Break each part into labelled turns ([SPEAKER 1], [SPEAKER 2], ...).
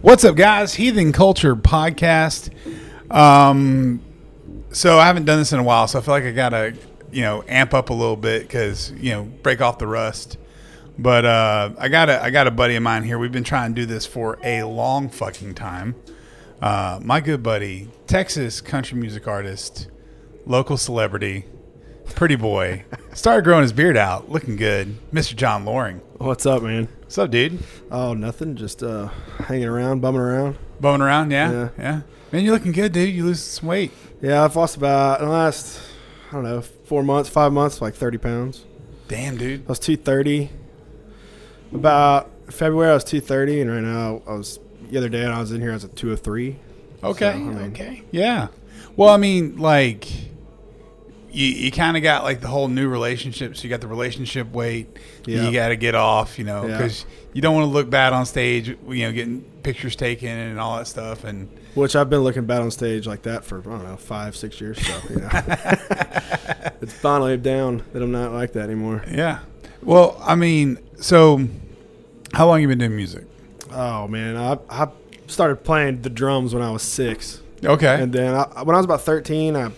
[SPEAKER 1] What's up, guys? Heathen Culture Podcast. Um, so I haven't done this in a while, so I feel like I gotta, you know, amp up a little bit because you know, break off the rust. But uh, I got a I got a buddy of mine here. We've been trying to do this for a long fucking time. Uh, my good buddy, Texas country music artist, local celebrity, pretty boy, started growing his beard out, looking good. Mr. John Loring.
[SPEAKER 2] What's up, man?
[SPEAKER 1] What's up, dude?
[SPEAKER 2] Oh, nothing. Just uh, hanging around, bumming around.
[SPEAKER 1] Bowing around, yeah, yeah,
[SPEAKER 2] Yeah.
[SPEAKER 1] Man, you're looking good, dude. You lose some weight.
[SPEAKER 2] Yeah, I've lost about in the last, I don't know, four months, five months, like thirty pounds.
[SPEAKER 1] Damn, dude.
[SPEAKER 2] I was two thirty. About February, I was two thirty, and right now I was the other day when I was in here, I was at two hundred three.
[SPEAKER 1] Okay,
[SPEAKER 2] So, I mean-
[SPEAKER 1] okay, yeah. Well, I mean, like, you you kind of got like the whole new relationship. So you got the relationship weight. that
[SPEAKER 2] Yeah.
[SPEAKER 1] You got to get off, you know,
[SPEAKER 2] Yeah.
[SPEAKER 1] because you don't want to look bad on stage. You know, getting pictures taken and all that stuff. And
[SPEAKER 2] Which I've been looking bad on stage like that for I don't know five, six years. So you know, it's finally down that I'm not like that anymore.
[SPEAKER 1] yeah. Well, I mean, so how long you been doing music?
[SPEAKER 2] Oh man, I I started playing the drums when I was six.
[SPEAKER 1] Okay.
[SPEAKER 2] And then I, when I was about 13, I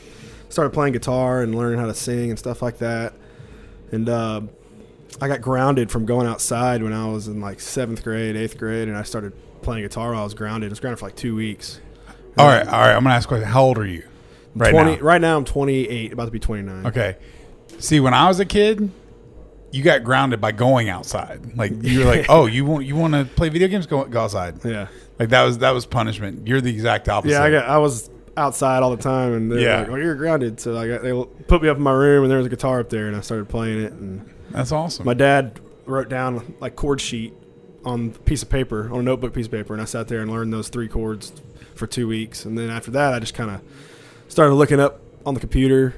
[SPEAKER 2] started playing guitar and learning how to sing and stuff like that. And uh, I got grounded from going outside when I was in like seventh grade, eighth grade, and I started playing guitar while I was grounded. I was grounded for like two weeks.
[SPEAKER 1] all
[SPEAKER 2] uh,
[SPEAKER 1] right. All right. I'm gonna ask a question. How old are you? Right
[SPEAKER 2] 20,
[SPEAKER 1] now.
[SPEAKER 2] Right now, I'm 28, about to be 29.
[SPEAKER 1] Okay. See, when I was a kid, you got grounded by going outside. Like you were like, "Oh, you want you want to play video games? Go, go outside."
[SPEAKER 2] Yeah.
[SPEAKER 1] Like that was that was punishment. You're the exact opposite.
[SPEAKER 2] Yeah, I got. I was outside all the time, and they're
[SPEAKER 1] Yeah.
[SPEAKER 2] like, "Oh, you're grounded." So I got, they put me up in my room, and there was a guitar up there, and I started playing it, and.
[SPEAKER 1] That's awesome.
[SPEAKER 2] my dad wrote down like chord sheet on a piece of paper on a notebook piece of paper and i sat there and learned those three chords for two weeks and then after that i just kind of started looking up on the computer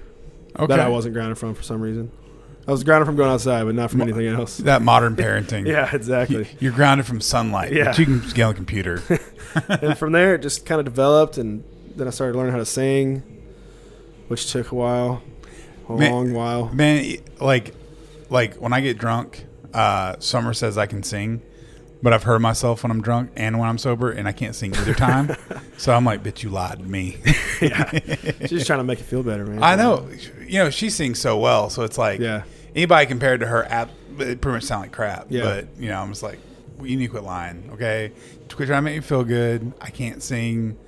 [SPEAKER 1] okay.
[SPEAKER 2] that i wasn't grounded from for some reason i was grounded from going outside but not from anything else
[SPEAKER 1] That modern parenting.
[SPEAKER 2] yeah exactly
[SPEAKER 1] You're grounded from sunlight.
[SPEAKER 2] Yeah.
[SPEAKER 1] But you can scale a computer.
[SPEAKER 2] and from there it just kind of developed and then i started learning how to sing which took a while a
[SPEAKER 1] Man-
[SPEAKER 2] long while
[SPEAKER 1] Man, it- like, like when I get drunk, uh, Summer says I can sing, but I've heard myself when I'm drunk and when I'm sober, and I can't sing either time. so I'm like, "Bitch, you lied to me."
[SPEAKER 2] she's just trying to make it feel better man
[SPEAKER 1] I know. You know, she sings so well, so it's like
[SPEAKER 2] Yeah.
[SPEAKER 1] anybody compared to her app it pretty much sound like crap.
[SPEAKER 2] Yeah.
[SPEAKER 1] But you know, I'm just like, well, you need to quit lying, okay? Quit trying to make me feel good. I can't sing.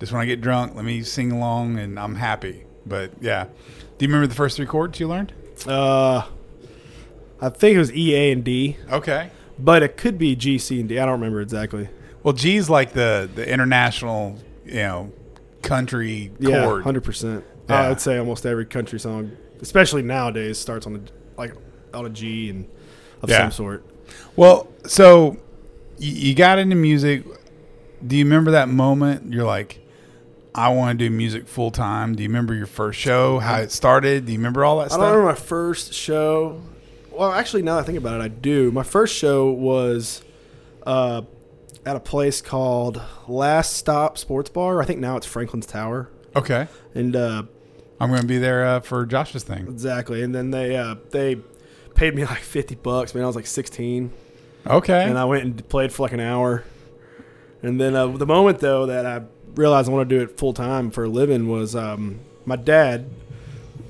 [SPEAKER 1] Just when I get drunk, let me sing along and I'm happy. But yeah. Do you remember the first three chords you learned?
[SPEAKER 2] uh i think it was e a and d
[SPEAKER 1] Okay.
[SPEAKER 2] but it could be G, C, and D. I don't remember exactly.
[SPEAKER 1] Well, G's like the the international, you know, country
[SPEAKER 2] Yeah,
[SPEAKER 1] chord.
[SPEAKER 2] hundred percent.
[SPEAKER 1] Yeah.
[SPEAKER 2] I would say almost every country song, especially nowadays, starts on a like on a G and of
[SPEAKER 1] Yeah.
[SPEAKER 2] some sort.
[SPEAKER 1] Well, so y- you got into music. Do you remember that moment? You're like, I want to do music full time. Do you remember your first show? How it started? Do you remember all that
[SPEAKER 2] I don't
[SPEAKER 1] stuff?
[SPEAKER 2] remember my first show. Well, actually, now that I think about it, I do. My first show was uh, at a place called Last Stop Sports Bar. I think now it's Franklin's Tower.
[SPEAKER 1] Okay,
[SPEAKER 2] And uh,
[SPEAKER 1] I'm going to be there uh, for Josh's thing.
[SPEAKER 2] exactly. And then they uh, they paid me like fifty bucks. Man, I was like sixteen.
[SPEAKER 1] Okay,
[SPEAKER 2] and I went and played for like an hour. And then uh, the moment though that I realized I want to do it full time for a living was um, my dad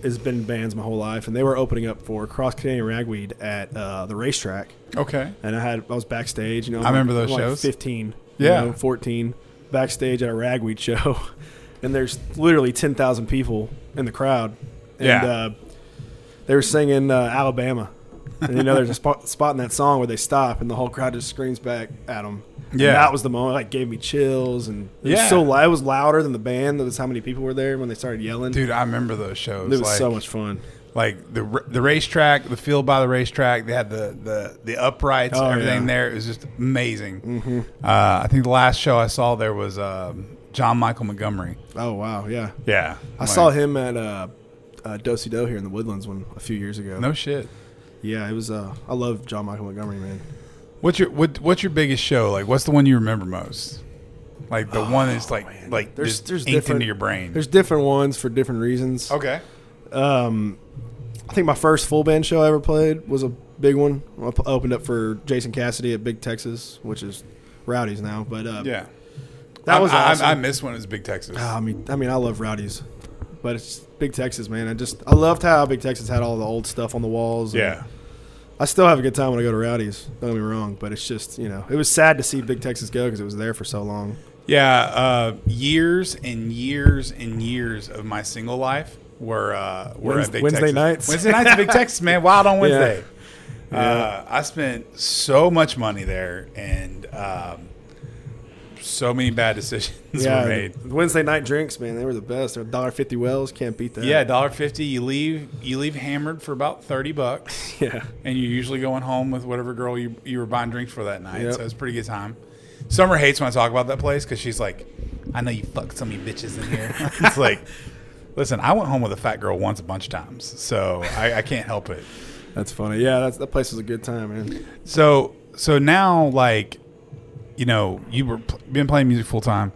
[SPEAKER 2] has been in bands my whole life, and they were opening up for Cross Canadian Ragweed at uh, the racetrack,
[SPEAKER 1] okay,
[SPEAKER 2] and I had I was backstage. You know, I'm
[SPEAKER 1] I remember
[SPEAKER 2] like-
[SPEAKER 1] those
[SPEAKER 2] I'm like
[SPEAKER 1] shows.
[SPEAKER 2] Fifteen,
[SPEAKER 1] Yeah.
[SPEAKER 2] you know, fourteen, backstage at a Ragweed show, and there's literally ten thousand people in the crowd, and
[SPEAKER 1] Yeah.
[SPEAKER 2] uh, they were singing uh, Alabama. And you know, there's a spot, spot in that song where they stop, and the whole crowd just screams back at them.
[SPEAKER 1] Yeah.
[SPEAKER 2] that was the moment. Like, gave me chills, and it
[SPEAKER 1] Yeah.
[SPEAKER 2] was so loud. It was louder than the band. That was how many people were there when they started yelling.
[SPEAKER 1] dude, I remember those shows.
[SPEAKER 2] it was
[SPEAKER 1] like,
[SPEAKER 2] so much fun.
[SPEAKER 1] like the r- the racetrack, the field by the racetrack. They had the the the uprights,
[SPEAKER 2] Oh,
[SPEAKER 1] everything
[SPEAKER 2] yeah. Mm-hmm.
[SPEAKER 1] there. It was just amazing. Uh, I think the last show I saw there was um, John Michael Montgomery.
[SPEAKER 2] Oh wow, yeah.
[SPEAKER 1] Yeah,
[SPEAKER 2] I saw him at uh, uh, Dosey Do here in the Woodlands one a few years ago.
[SPEAKER 1] No shit.
[SPEAKER 2] Yeah, it was. Uh, I love John Michael Montgomery, man.
[SPEAKER 1] What's your what, what's your biggest show? Like, what's the one you remember most? Like the one that's like like
[SPEAKER 2] Oh, There's-
[SPEAKER 1] just
[SPEAKER 2] there's
[SPEAKER 1] inked
[SPEAKER 2] different-
[SPEAKER 1] into your brain.
[SPEAKER 2] There's different ones for different reasons.
[SPEAKER 1] okay.
[SPEAKER 2] Um, I think my first full band show I ever played was a big one. I p- opened up for Jason Cassidy at Big Texas, which is Rowdies now, but uh,
[SPEAKER 1] Yeah.
[SPEAKER 2] that was
[SPEAKER 1] I,
[SPEAKER 2] awesome.
[SPEAKER 1] I, I miss when it was Big Texas.
[SPEAKER 2] Ah, I mean, I mean, I love Rowdies, but it's just Big Texas, man. I just I loved how Big Texas had all the old stuff on the walls. and
[SPEAKER 1] yeah.
[SPEAKER 2] I still have a good time when I go to Rowdies. Don't get me wrong, but it's just you know it was sad to see Big Texas go because it was there for so long.
[SPEAKER 1] Yeah, uh, years and years and years of my single life were uh, were
[SPEAKER 2] Wednes-
[SPEAKER 1] at Big
[SPEAKER 2] Wednesday
[SPEAKER 1] Texas.
[SPEAKER 2] nights.
[SPEAKER 1] Wednesday nights, at Big Texas, man, wild on Wednesday.
[SPEAKER 2] Yeah.
[SPEAKER 1] Uh, I spent so much money there, and um, so many bad decisions were made.
[SPEAKER 2] the Wednesday night drinks, man, they were the best. They're dollar fifty wells, can't beat that.
[SPEAKER 1] Yeah, dollar fifty. You leave you leave hammered for about thirty bucks,
[SPEAKER 2] yeah.
[SPEAKER 1] and you're usually going home with whatever girl you you were buying drinks for that night.
[SPEAKER 2] Yep.
[SPEAKER 1] So it's a pretty good time. Summer hates when I talk about that place because she's like, "I know you fucked so many bitches in here." it's like, listen, I went home with a fat girl once a bunch of times, so I, I can't help it.
[SPEAKER 2] That's funny. Yeah, that's, that place was a good time, man.
[SPEAKER 1] So so now like, you know, you were pl- been playing music full time.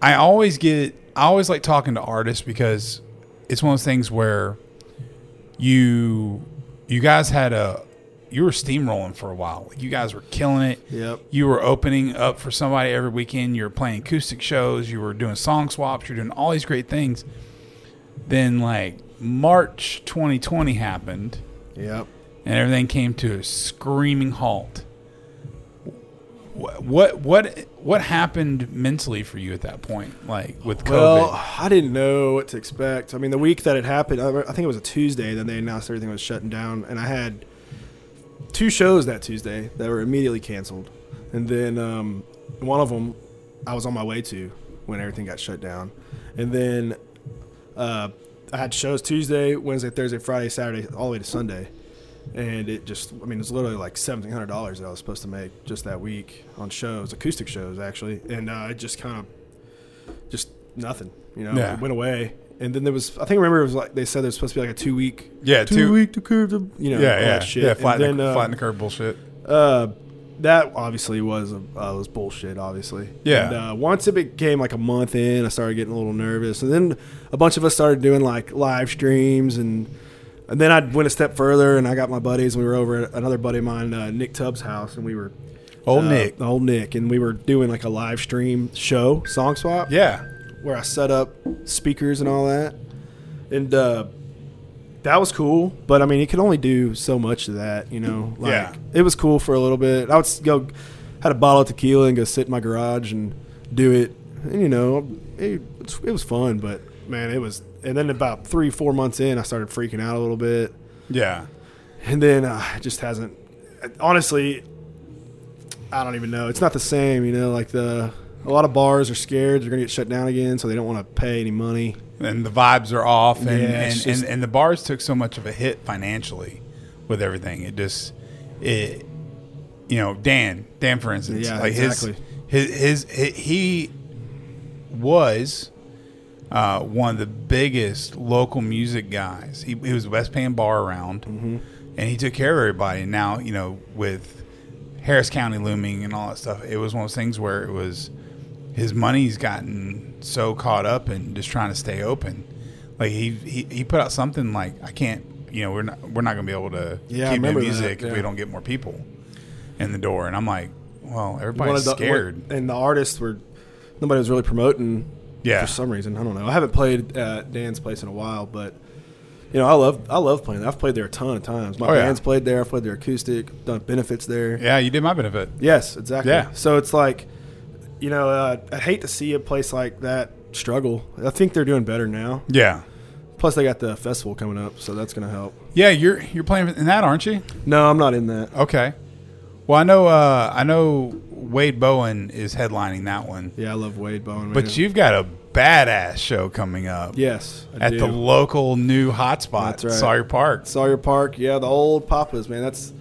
[SPEAKER 1] I always get I always like talking to artists because it's one of those things where you you guys had a you were steamrolling for a while. Like you guys were killing it.
[SPEAKER 2] Yep.
[SPEAKER 1] You were opening up for somebody every weekend. You were playing acoustic shows. You were doing song swaps. You're doing all these great things. Then like March 2020 happened
[SPEAKER 2] Yep.
[SPEAKER 1] and everything came to a screaming halt. Wh- What what what happened mentally for you at that point, like with COVID?
[SPEAKER 2] Well, I didn't know what to expect. I mean, the week that it happened, I I think it was a Tuesday, then they announced everything was shutting down, and I had two shows that Tuesday that were immediately canceled, and then um, one of them I was on my way to when everything got shut down, and then uh, I had shows Tuesday, Wednesday, Thursday, Friday, Saturday, all the way to Sunday, and it just I mean it's literally like seventeen hundred dollars that I was supposed to make just that week on shows, acoustic shows actually, and uh, it just kind of just nothing, you know,
[SPEAKER 1] Yeah.
[SPEAKER 2] it went away. And then there was, I think, I remember it was like they said there was supposed to be like a two week,
[SPEAKER 1] Yeah,
[SPEAKER 2] two,
[SPEAKER 1] two-
[SPEAKER 2] week to curve, the, you know, all
[SPEAKER 1] yeah, yeah,
[SPEAKER 2] that shit.
[SPEAKER 1] yeah.
[SPEAKER 2] And
[SPEAKER 1] Flatten,
[SPEAKER 2] then,
[SPEAKER 1] the,
[SPEAKER 2] uh,
[SPEAKER 1] flatten the curve bullshit.
[SPEAKER 2] uh, that obviously was a, uh, was bullshit. Obviously,
[SPEAKER 1] Yeah.
[SPEAKER 2] And, uh, once it became like a month in, I started getting a little nervous, and then a bunch of us started doing like live streams, and and then I went a step further, and I got my buddies. We were over at another buddy of mine, uh, Nick Tubbs' house, and we were
[SPEAKER 1] Old
[SPEAKER 2] uh,
[SPEAKER 1] Nick.
[SPEAKER 2] old Nick, and we were doing like a live stream show, song swap,
[SPEAKER 1] Yeah,
[SPEAKER 2] where I set up speakers and all that, and uh, that was cool. But I mean, you can only do so much of that, you know. Like,
[SPEAKER 1] Yeah.
[SPEAKER 2] it was cool for a little bit. I would s- go had a bottle of tequila and go sit in my garage and do it, and you know, it, it was fun. But man, it was. And then about three, four months in, I started freaking out a little bit
[SPEAKER 1] yeah,
[SPEAKER 2] and then uh, it just hasn't. Honestly, I don't even know. It's not the same, you know. Like the a lot of bars are scared they're gonna get shut down again, so they don't want to pay any money.
[SPEAKER 1] and the vibes are off, and
[SPEAKER 2] Yeah,
[SPEAKER 1] and,
[SPEAKER 2] it's just-
[SPEAKER 1] and and the bars took so much of a hit financially with everything. It just it, you know, Dan, Dan, for instance,
[SPEAKER 2] Yeah,
[SPEAKER 1] like
[SPEAKER 2] exactly.
[SPEAKER 1] his, his his he- he was uh, one of the biggest local music guys. He, he was West Pan bar around,
[SPEAKER 2] Mm-hmm.
[SPEAKER 1] and he took care of everybody. And now you know with Harris County looming and all that stuff, it was one of those things where it was his money's gotten so caught up in just trying to stay open. Like he he, he put out something like I can't you know we're not we're not gonna be able to
[SPEAKER 2] Yeah, I
[SPEAKER 1] keep doing
[SPEAKER 2] remember that,
[SPEAKER 1] music if
[SPEAKER 2] yeah.
[SPEAKER 1] we don't get more people in the door. And I'm like, well,
[SPEAKER 2] One
[SPEAKER 1] everybody's
[SPEAKER 2] of the-
[SPEAKER 1] scared.
[SPEAKER 2] one- and the artists were nobody was really promoting.
[SPEAKER 1] Yeah.
[SPEAKER 2] for some reason I don't know. I haven't played at Dan's place in a while, but you know I love I love playing. there. I've played there a ton of times. My
[SPEAKER 1] Oh, yeah.
[SPEAKER 2] band's played there. I've played their acoustic. Done benefits there.
[SPEAKER 1] yeah, you did my benefit.
[SPEAKER 2] Yes, exactly.
[SPEAKER 1] Yeah.
[SPEAKER 2] So it's like, you know, uh, I hate to see a place like that struggle. I think they're doing better now.
[SPEAKER 1] Yeah.
[SPEAKER 2] Plus, they got the festival coming up, so that's gonna help.
[SPEAKER 1] Yeah, you're you're playing in that, aren't you?
[SPEAKER 2] No, I'm not in that.
[SPEAKER 1] Okay. Well, I know uh, I know Wade Bowen is headlining that one,
[SPEAKER 2] Yeah, I love Wade Bowen.
[SPEAKER 1] but
[SPEAKER 2] man.
[SPEAKER 1] you've got a badass show coming up
[SPEAKER 2] yes, I
[SPEAKER 1] at
[SPEAKER 2] do.
[SPEAKER 1] the local new hotspot,
[SPEAKER 2] That's right.
[SPEAKER 1] Sawyer Park.
[SPEAKER 2] Sawyer Park. Yeah, the old Papas, man. That's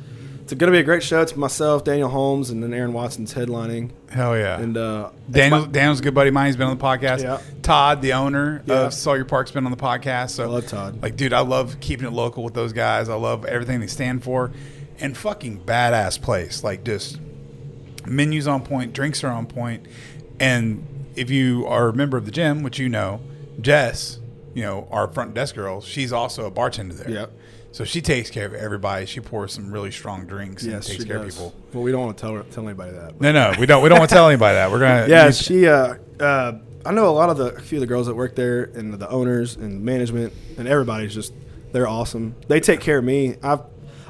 [SPEAKER 2] it's gonna be a great show. It's myself, Daniel Holmes, and then Aaron Watson's headlining.
[SPEAKER 1] Hell yeah!
[SPEAKER 2] And uh, it's
[SPEAKER 1] Daniel,
[SPEAKER 2] my-
[SPEAKER 1] Daniel's a good buddy of mine. He's been on the podcast.
[SPEAKER 2] Yeah.
[SPEAKER 1] Todd, the owner
[SPEAKER 2] Yeah.
[SPEAKER 1] of Sawyer Park's been on the podcast. So
[SPEAKER 2] I love Todd.
[SPEAKER 1] Like, dude, I love keeping it local with those guys. I love everything they stand for. And fucking badass place. Like just menus on point, drinks are on point. And if you are a member of the gym, which you know, Jess you know, our front desk girl, she's also a bartender there.
[SPEAKER 2] Yep.
[SPEAKER 1] So she takes care of everybody. She pours some really strong drinks and
[SPEAKER 2] Yes,
[SPEAKER 1] takes
[SPEAKER 2] she
[SPEAKER 1] care
[SPEAKER 2] does.
[SPEAKER 1] of people.
[SPEAKER 2] Well, we don't want to tell her, tell anybody that.
[SPEAKER 1] No, no, we don't. We don't want to tell anybody that. We're gonna.
[SPEAKER 2] yeah,
[SPEAKER 1] you-
[SPEAKER 2] she. Uh, uh, I know a lot of the a few of the girls that work there, and the owners and management, and everybody's just they're awesome. They take care of me. I've,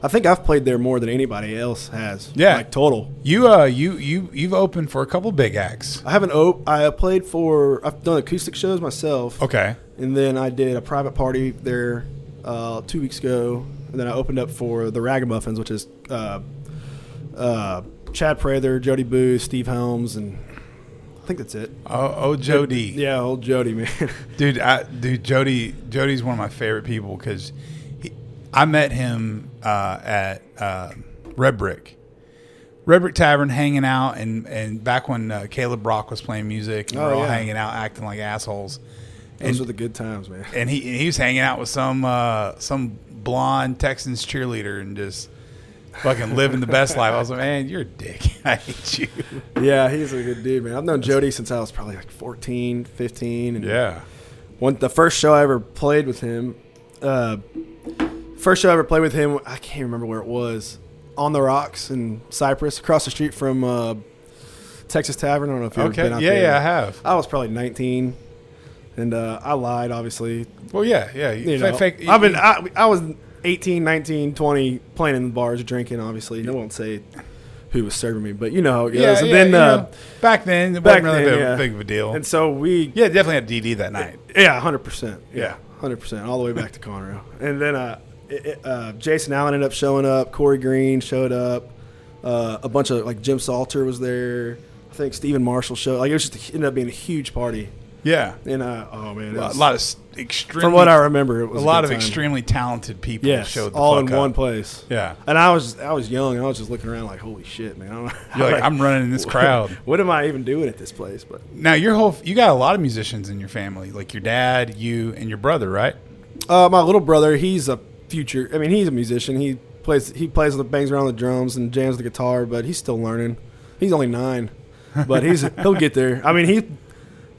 [SPEAKER 2] I think I've played there more than anybody else has.
[SPEAKER 1] Yeah.
[SPEAKER 2] like total.
[SPEAKER 1] you, uh, you, you, you've opened for a couple big acts.
[SPEAKER 2] I haven't. Op- I played for. I've done acoustic shows myself.
[SPEAKER 1] Okay.
[SPEAKER 2] And then I did a private party there uh, two weeks ago. And then I opened up for the Ragamuffins, which is uh, uh, Chad Prather, Jody Boo, Steve Helms, and I think that's it.
[SPEAKER 1] Oh, oh Jody.
[SPEAKER 2] Yeah, old Jody, man.
[SPEAKER 1] Dude, I, dude, Jody, Jody's one of my favorite people because I met him uh, at uh, Red Brick, Red Brick Tavern, hanging out, and and back when uh, Caleb Brock was playing music, and we we're
[SPEAKER 2] Oh,
[SPEAKER 1] all
[SPEAKER 2] yeah.
[SPEAKER 1] hanging out, acting like assholes,
[SPEAKER 2] Those
[SPEAKER 1] and
[SPEAKER 2] were the good times, man.
[SPEAKER 1] and he and he was hanging out with some uh, some blonde Texans cheerleader and just fucking living the best life. I was like, man, you're a dick. I hate you.
[SPEAKER 2] Yeah, he's a good dude, man. I've known Jody since I was probably like 14, 15. And One, the first show I ever played with him, uh, first show I ever played with him, I can't remember where it was, on the rocks in Cyprus, across the street from uh, Texas Tavern. I don't know if you've
[SPEAKER 1] Okay.
[SPEAKER 2] ever been out
[SPEAKER 1] Yeah,
[SPEAKER 2] there.
[SPEAKER 1] yeah, I have.
[SPEAKER 2] I was probably 19, and uh, I lied, obviously.
[SPEAKER 1] Well, yeah, yeah.
[SPEAKER 2] You know, I've been, I, I was 18, 19, 20, playing in the bars, drinking, obviously. No one would say who was serving me, but you know how it goes.
[SPEAKER 1] Yeah,
[SPEAKER 2] and
[SPEAKER 1] yeah,
[SPEAKER 2] then,
[SPEAKER 1] you
[SPEAKER 2] uh,
[SPEAKER 1] know, back then, it
[SPEAKER 2] back
[SPEAKER 1] wasn't really
[SPEAKER 2] then,
[SPEAKER 1] a
[SPEAKER 2] yeah.
[SPEAKER 1] big of a deal.
[SPEAKER 2] and so we
[SPEAKER 1] yeah, definitely had DD that night.
[SPEAKER 2] Yeah, hundred percent.
[SPEAKER 1] Yeah.
[SPEAKER 2] hundred percent, all the way back to Conroe. And then uh, it, it, uh, Jason Allen ended up showing up. Corey Green showed up. Uh, a bunch of like Jim Salter was there. I think Stephen Marshall showed. Like it was just it ended up being a huge party.
[SPEAKER 1] Yeah,
[SPEAKER 2] And uh, oh man, it
[SPEAKER 1] a
[SPEAKER 2] was-
[SPEAKER 1] lot of s- extremely.
[SPEAKER 2] from what I remember, it
[SPEAKER 1] a
[SPEAKER 2] was a,
[SPEAKER 1] lot
[SPEAKER 2] good
[SPEAKER 1] of
[SPEAKER 2] time.
[SPEAKER 1] extremely talented people
[SPEAKER 2] Yes,
[SPEAKER 1] showed the
[SPEAKER 2] all
[SPEAKER 1] fuck
[SPEAKER 2] in
[SPEAKER 1] up.
[SPEAKER 2] one place.
[SPEAKER 1] Yeah.
[SPEAKER 2] and I was I was young. And I was just looking around like, holy shit, man! I don't,
[SPEAKER 1] You're like, I'm running in this crowd.
[SPEAKER 2] what am I even doing at this place? But
[SPEAKER 1] Now your whole you got a lot of musicians in your family, like your dad, you, and your brother, right?
[SPEAKER 2] Uh, my little brother, he's a future. I mean, he's a musician. He plays. He plays the bangs around the drums and jams the guitar, but he's still learning. He's only nine, but he's he'll get there. I mean, he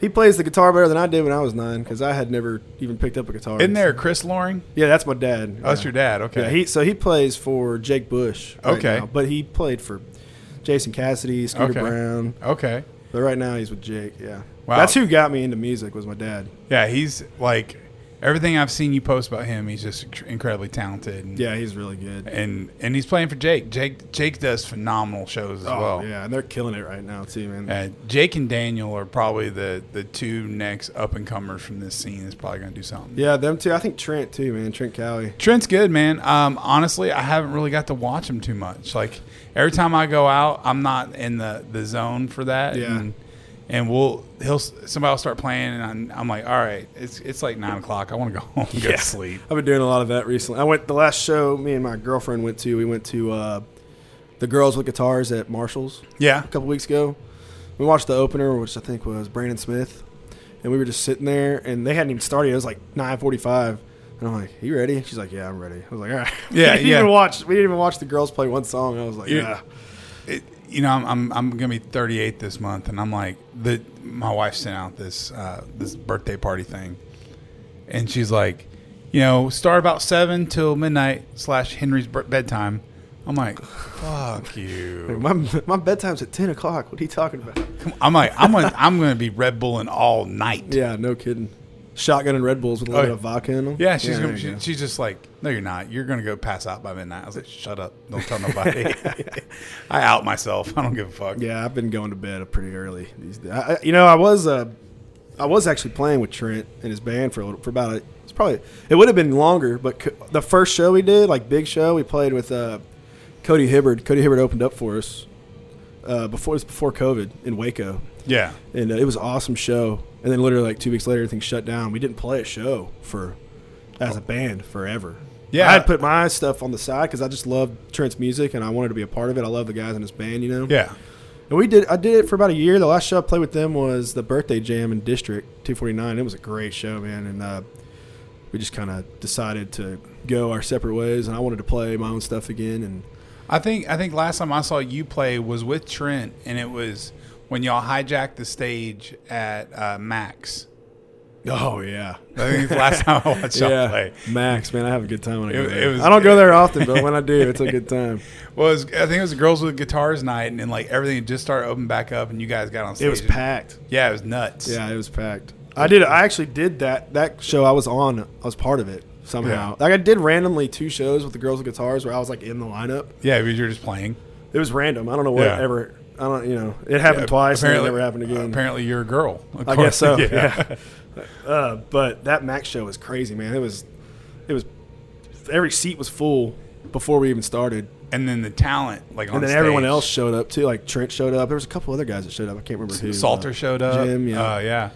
[SPEAKER 2] he plays the guitar better than I did when I was nine because I had never even picked up a guitar.
[SPEAKER 1] Isn't there a Chris Loring?
[SPEAKER 2] Yeah, that's my dad.
[SPEAKER 1] Oh, that's your dad. Okay.
[SPEAKER 2] Yeah, he so he plays for Jake Bush. right
[SPEAKER 1] Okay.
[SPEAKER 2] now, but he played for Jason Cassidy, Scooter
[SPEAKER 1] Okay.
[SPEAKER 2] Brown.
[SPEAKER 1] okay.
[SPEAKER 2] But right now he's with Jake. Yeah,
[SPEAKER 1] Wow.
[SPEAKER 2] that's who got me into music was my dad.
[SPEAKER 1] Yeah, he's like everything I've seen you post about him. He's just inc- incredibly talented. And,
[SPEAKER 2] Yeah, he's really good.
[SPEAKER 1] And and he's playing for Jake. Jake Jake does phenomenal shows as
[SPEAKER 2] Oh,
[SPEAKER 1] well.
[SPEAKER 2] yeah, and they're killing it right now too, man.
[SPEAKER 1] Uh, Jake and Daniel are probably the, the two next up and comers from this scene that's probably going to do something.
[SPEAKER 2] Yeah, them too. I think Trent too, man. Trent Cowie.
[SPEAKER 1] Trent's good, man. Um, honestly, I haven't really got to watch him too much. Like every time I go out, I'm not in the, the zone for that.
[SPEAKER 2] Yeah.
[SPEAKER 1] And, and we'll he'll somebody will start playing, and I'm, I'm like, all right, it's it's like nine o'clock. I want to go home, and go to sleep.
[SPEAKER 2] I've been doing a lot of that recently. I went the last show me and my girlfriend went to. We went to uh, the girls with guitars at Marshalls
[SPEAKER 1] Yeah.
[SPEAKER 2] a couple weeks ago. We watched the opener, which I think was Brandon Smith, and we were just sitting there, and they hadn't even started. It was like nine forty-five, and I'm like, "You ready?" She's like, "Yeah, I'm ready." I was like, "All right."
[SPEAKER 1] Yeah,
[SPEAKER 2] we didn't
[SPEAKER 1] yeah.
[SPEAKER 2] Even watch. We didn't even watch the girls play one song. I was like,
[SPEAKER 1] You-
[SPEAKER 2] "Yeah."
[SPEAKER 1] it, you know, I'm, I'm I'm gonna be 38 this month, and I'm like, the my wife sent out this uh, this birthday party thing, and she's like, you know, start about seven till midnight slash Henry's bir- bedtime. I'm like, fuck you.
[SPEAKER 2] My, my bedtime's at ten o'clock. What are you talking about?
[SPEAKER 1] I'm like, I'm gonna I'm gonna be Red Bulling all night. Yeah,
[SPEAKER 2] Yeah, no kidding. Shotgun and Red Bulls with a little
[SPEAKER 1] Oh,
[SPEAKER 2] bit of vodka in them.
[SPEAKER 1] she's
[SPEAKER 2] there
[SPEAKER 1] gonna
[SPEAKER 2] you
[SPEAKER 1] she,
[SPEAKER 2] go.
[SPEAKER 1] she's just like, no, you're not. You're gonna go pass out by midnight. I was like, shut up, don't tell nobody. I out myself. I don't give a fuck.
[SPEAKER 2] Yeah, I've been going to bed pretty early these days. I, I- you know, I was uh, I was actually playing with Trent and his band for a little, for about a, it's probably it would have been longer, but co- the first show we did, like big show, we played with uh, Cody Hibbard. Cody Hibbard opened up for us uh, before it was before COVID in Waco,
[SPEAKER 1] yeah.
[SPEAKER 2] and uh, it was an awesome show. And then literally like two weeks later, everything shut down. We didn't play a show for as a band forever.
[SPEAKER 1] Yeah.
[SPEAKER 2] I had put my stuff on the side because I just loved Trent's music and I wanted to be a part of it. I love the guys in his band, you know.
[SPEAKER 1] yeah.
[SPEAKER 2] And we did. I did it for about a year. The last show I played with them was the birthday jam in District 249. It was a great show, man. And uh, we just kind of decided to go our separate ways. And I wanted to play my own stuff again. And
[SPEAKER 1] I think I think last time I saw you play was with Trent, and it was when y'all hijacked the stage at uh, Max.
[SPEAKER 2] Oh yeah,
[SPEAKER 1] I think it's the last time I watched y'all
[SPEAKER 2] yeah.
[SPEAKER 1] play.
[SPEAKER 2] Max, man, I have a good time when I go
[SPEAKER 1] It-
[SPEAKER 2] there.
[SPEAKER 1] it was-
[SPEAKER 2] I don't go there often, but when I do, it's a good time.
[SPEAKER 1] Well, it was, I think it was the girls with guitars night, and then like everything had just started opening back up, and you guys got on stage.
[SPEAKER 2] It was packed.
[SPEAKER 1] Yeah, it was nuts.
[SPEAKER 2] Yeah, it was packed. I did. I actually did that. That show I was on, I was part of it somehow.
[SPEAKER 1] Yeah.
[SPEAKER 2] Like I did randomly two shows with the girls with guitars where I was like in the lineup.
[SPEAKER 1] yeah, because you're just playing.
[SPEAKER 2] It was random. I don't know what
[SPEAKER 1] Yeah.
[SPEAKER 2] ever. I don't. You know, it happened twice and it never happened again.
[SPEAKER 1] Apparently, you're a girl. Of
[SPEAKER 2] I
[SPEAKER 1] course.
[SPEAKER 2] guess so. Yeah. uh, but that Max show was crazy, man. It was, it was, every seat was full before we even started,
[SPEAKER 1] And then the talent, like on
[SPEAKER 2] and then everyone
[SPEAKER 1] stage.
[SPEAKER 2] else showed up too. Like Trent showed up. There was a couple other guys that showed up. I can't remember who.
[SPEAKER 1] Salter
[SPEAKER 2] Uh,
[SPEAKER 1] showed up.
[SPEAKER 2] Jim, yeah,
[SPEAKER 1] Uh, yeah.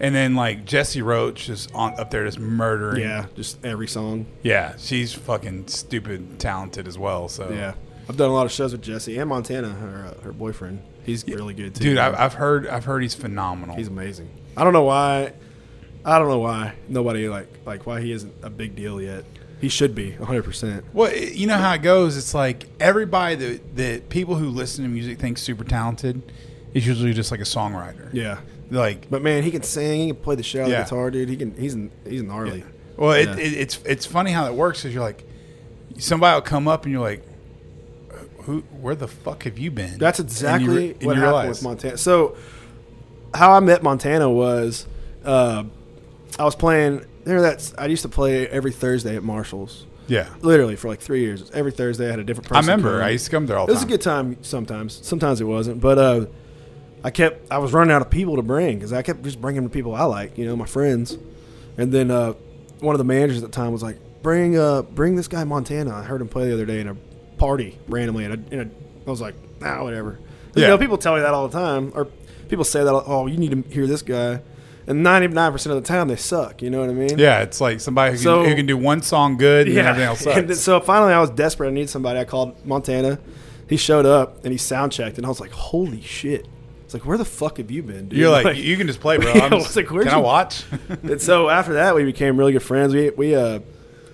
[SPEAKER 1] And then like Jesse Roach is on up there just murdering.
[SPEAKER 2] yeah. Just every song.
[SPEAKER 1] Yeah. She's fucking stupid talented as well. So
[SPEAKER 2] Yeah, I've done a lot of shows with Jesse and Montana, her uh, her boyfriend. He's really good too.
[SPEAKER 1] Dude, I've, I've heard I've heard he's phenomenal.
[SPEAKER 2] he's amazing. I don't know why. I don't know why nobody like like why he isn't a big deal yet. He should be 100. percent
[SPEAKER 1] Well, it- you know how it goes. It's like everybody that that people who listen to music think super talented is usually just like a songwriter.
[SPEAKER 2] Yeah,
[SPEAKER 1] Like,
[SPEAKER 2] but man, he can sing. He can play the shit out of
[SPEAKER 1] Yeah.
[SPEAKER 2] the guitar, dude. He can. He's n- he's gnarly.
[SPEAKER 1] well, it,
[SPEAKER 2] Yeah.
[SPEAKER 1] it, it's it's funny how that works. Is you're like, somebody will come up and you're like, "Uh, who? Where the fuck have you been?
[SPEAKER 2] That's
[SPEAKER 1] And you
[SPEAKER 2] exactly
[SPEAKER 1] re- and
[SPEAKER 2] what
[SPEAKER 1] you
[SPEAKER 2] happened
[SPEAKER 1] realize-
[SPEAKER 2] with Montana. So, how I met Montana was uh, I was playing there. That's I used to play every Thursday at Marshalls.
[SPEAKER 1] Yeah,
[SPEAKER 2] Literally for like three years. Every Thursday I had a different person.
[SPEAKER 1] I remember.
[SPEAKER 2] come.
[SPEAKER 1] I used to come there all
[SPEAKER 2] It
[SPEAKER 1] the
[SPEAKER 2] was a
[SPEAKER 1] time.
[SPEAKER 2] good time sometimes. Sometimes it wasn't, but uh, I kept I was running out of people to bring because I kept just bringing the people I like, you know, my friends. And then uh, one of the managers at the time was like, "Bring uh, bring this guy Montana. I heard him play the other day in a party randomly." And I, and I was like, "Nah, whatever." 'Cause,
[SPEAKER 1] Yeah.
[SPEAKER 2] You know, people tell me that all the time, or people say that, "Oh, you need to hear this guy," and ninety nine percent of the time they suck. You know what I mean?
[SPEAKER 1] Yeah, it's like somebody who can,
[SPEAKER 2] So-
[SPEAKER 1] who can do one song good and then everything else sucks.
[SPEAKER 2] And then- so finally, I was desperate. I needed somebody. I called Montana. He showed up and he sound checked, and I was like, "Holy shit!" It's like, "Where the fuck have you been, dude?"
[SPEAKER 1] You're like, you can just play, bro. I'm
[SPEAKER 2] I was
[SPEAKER 1] just,
[SPEAKER 2] like, where'd
[SPEAKER 1] can I
[SPEAKER 2] you-
[SPEAKER 1] watch?
[SPEAKER 2] and so after that, we became really good friends. We we uh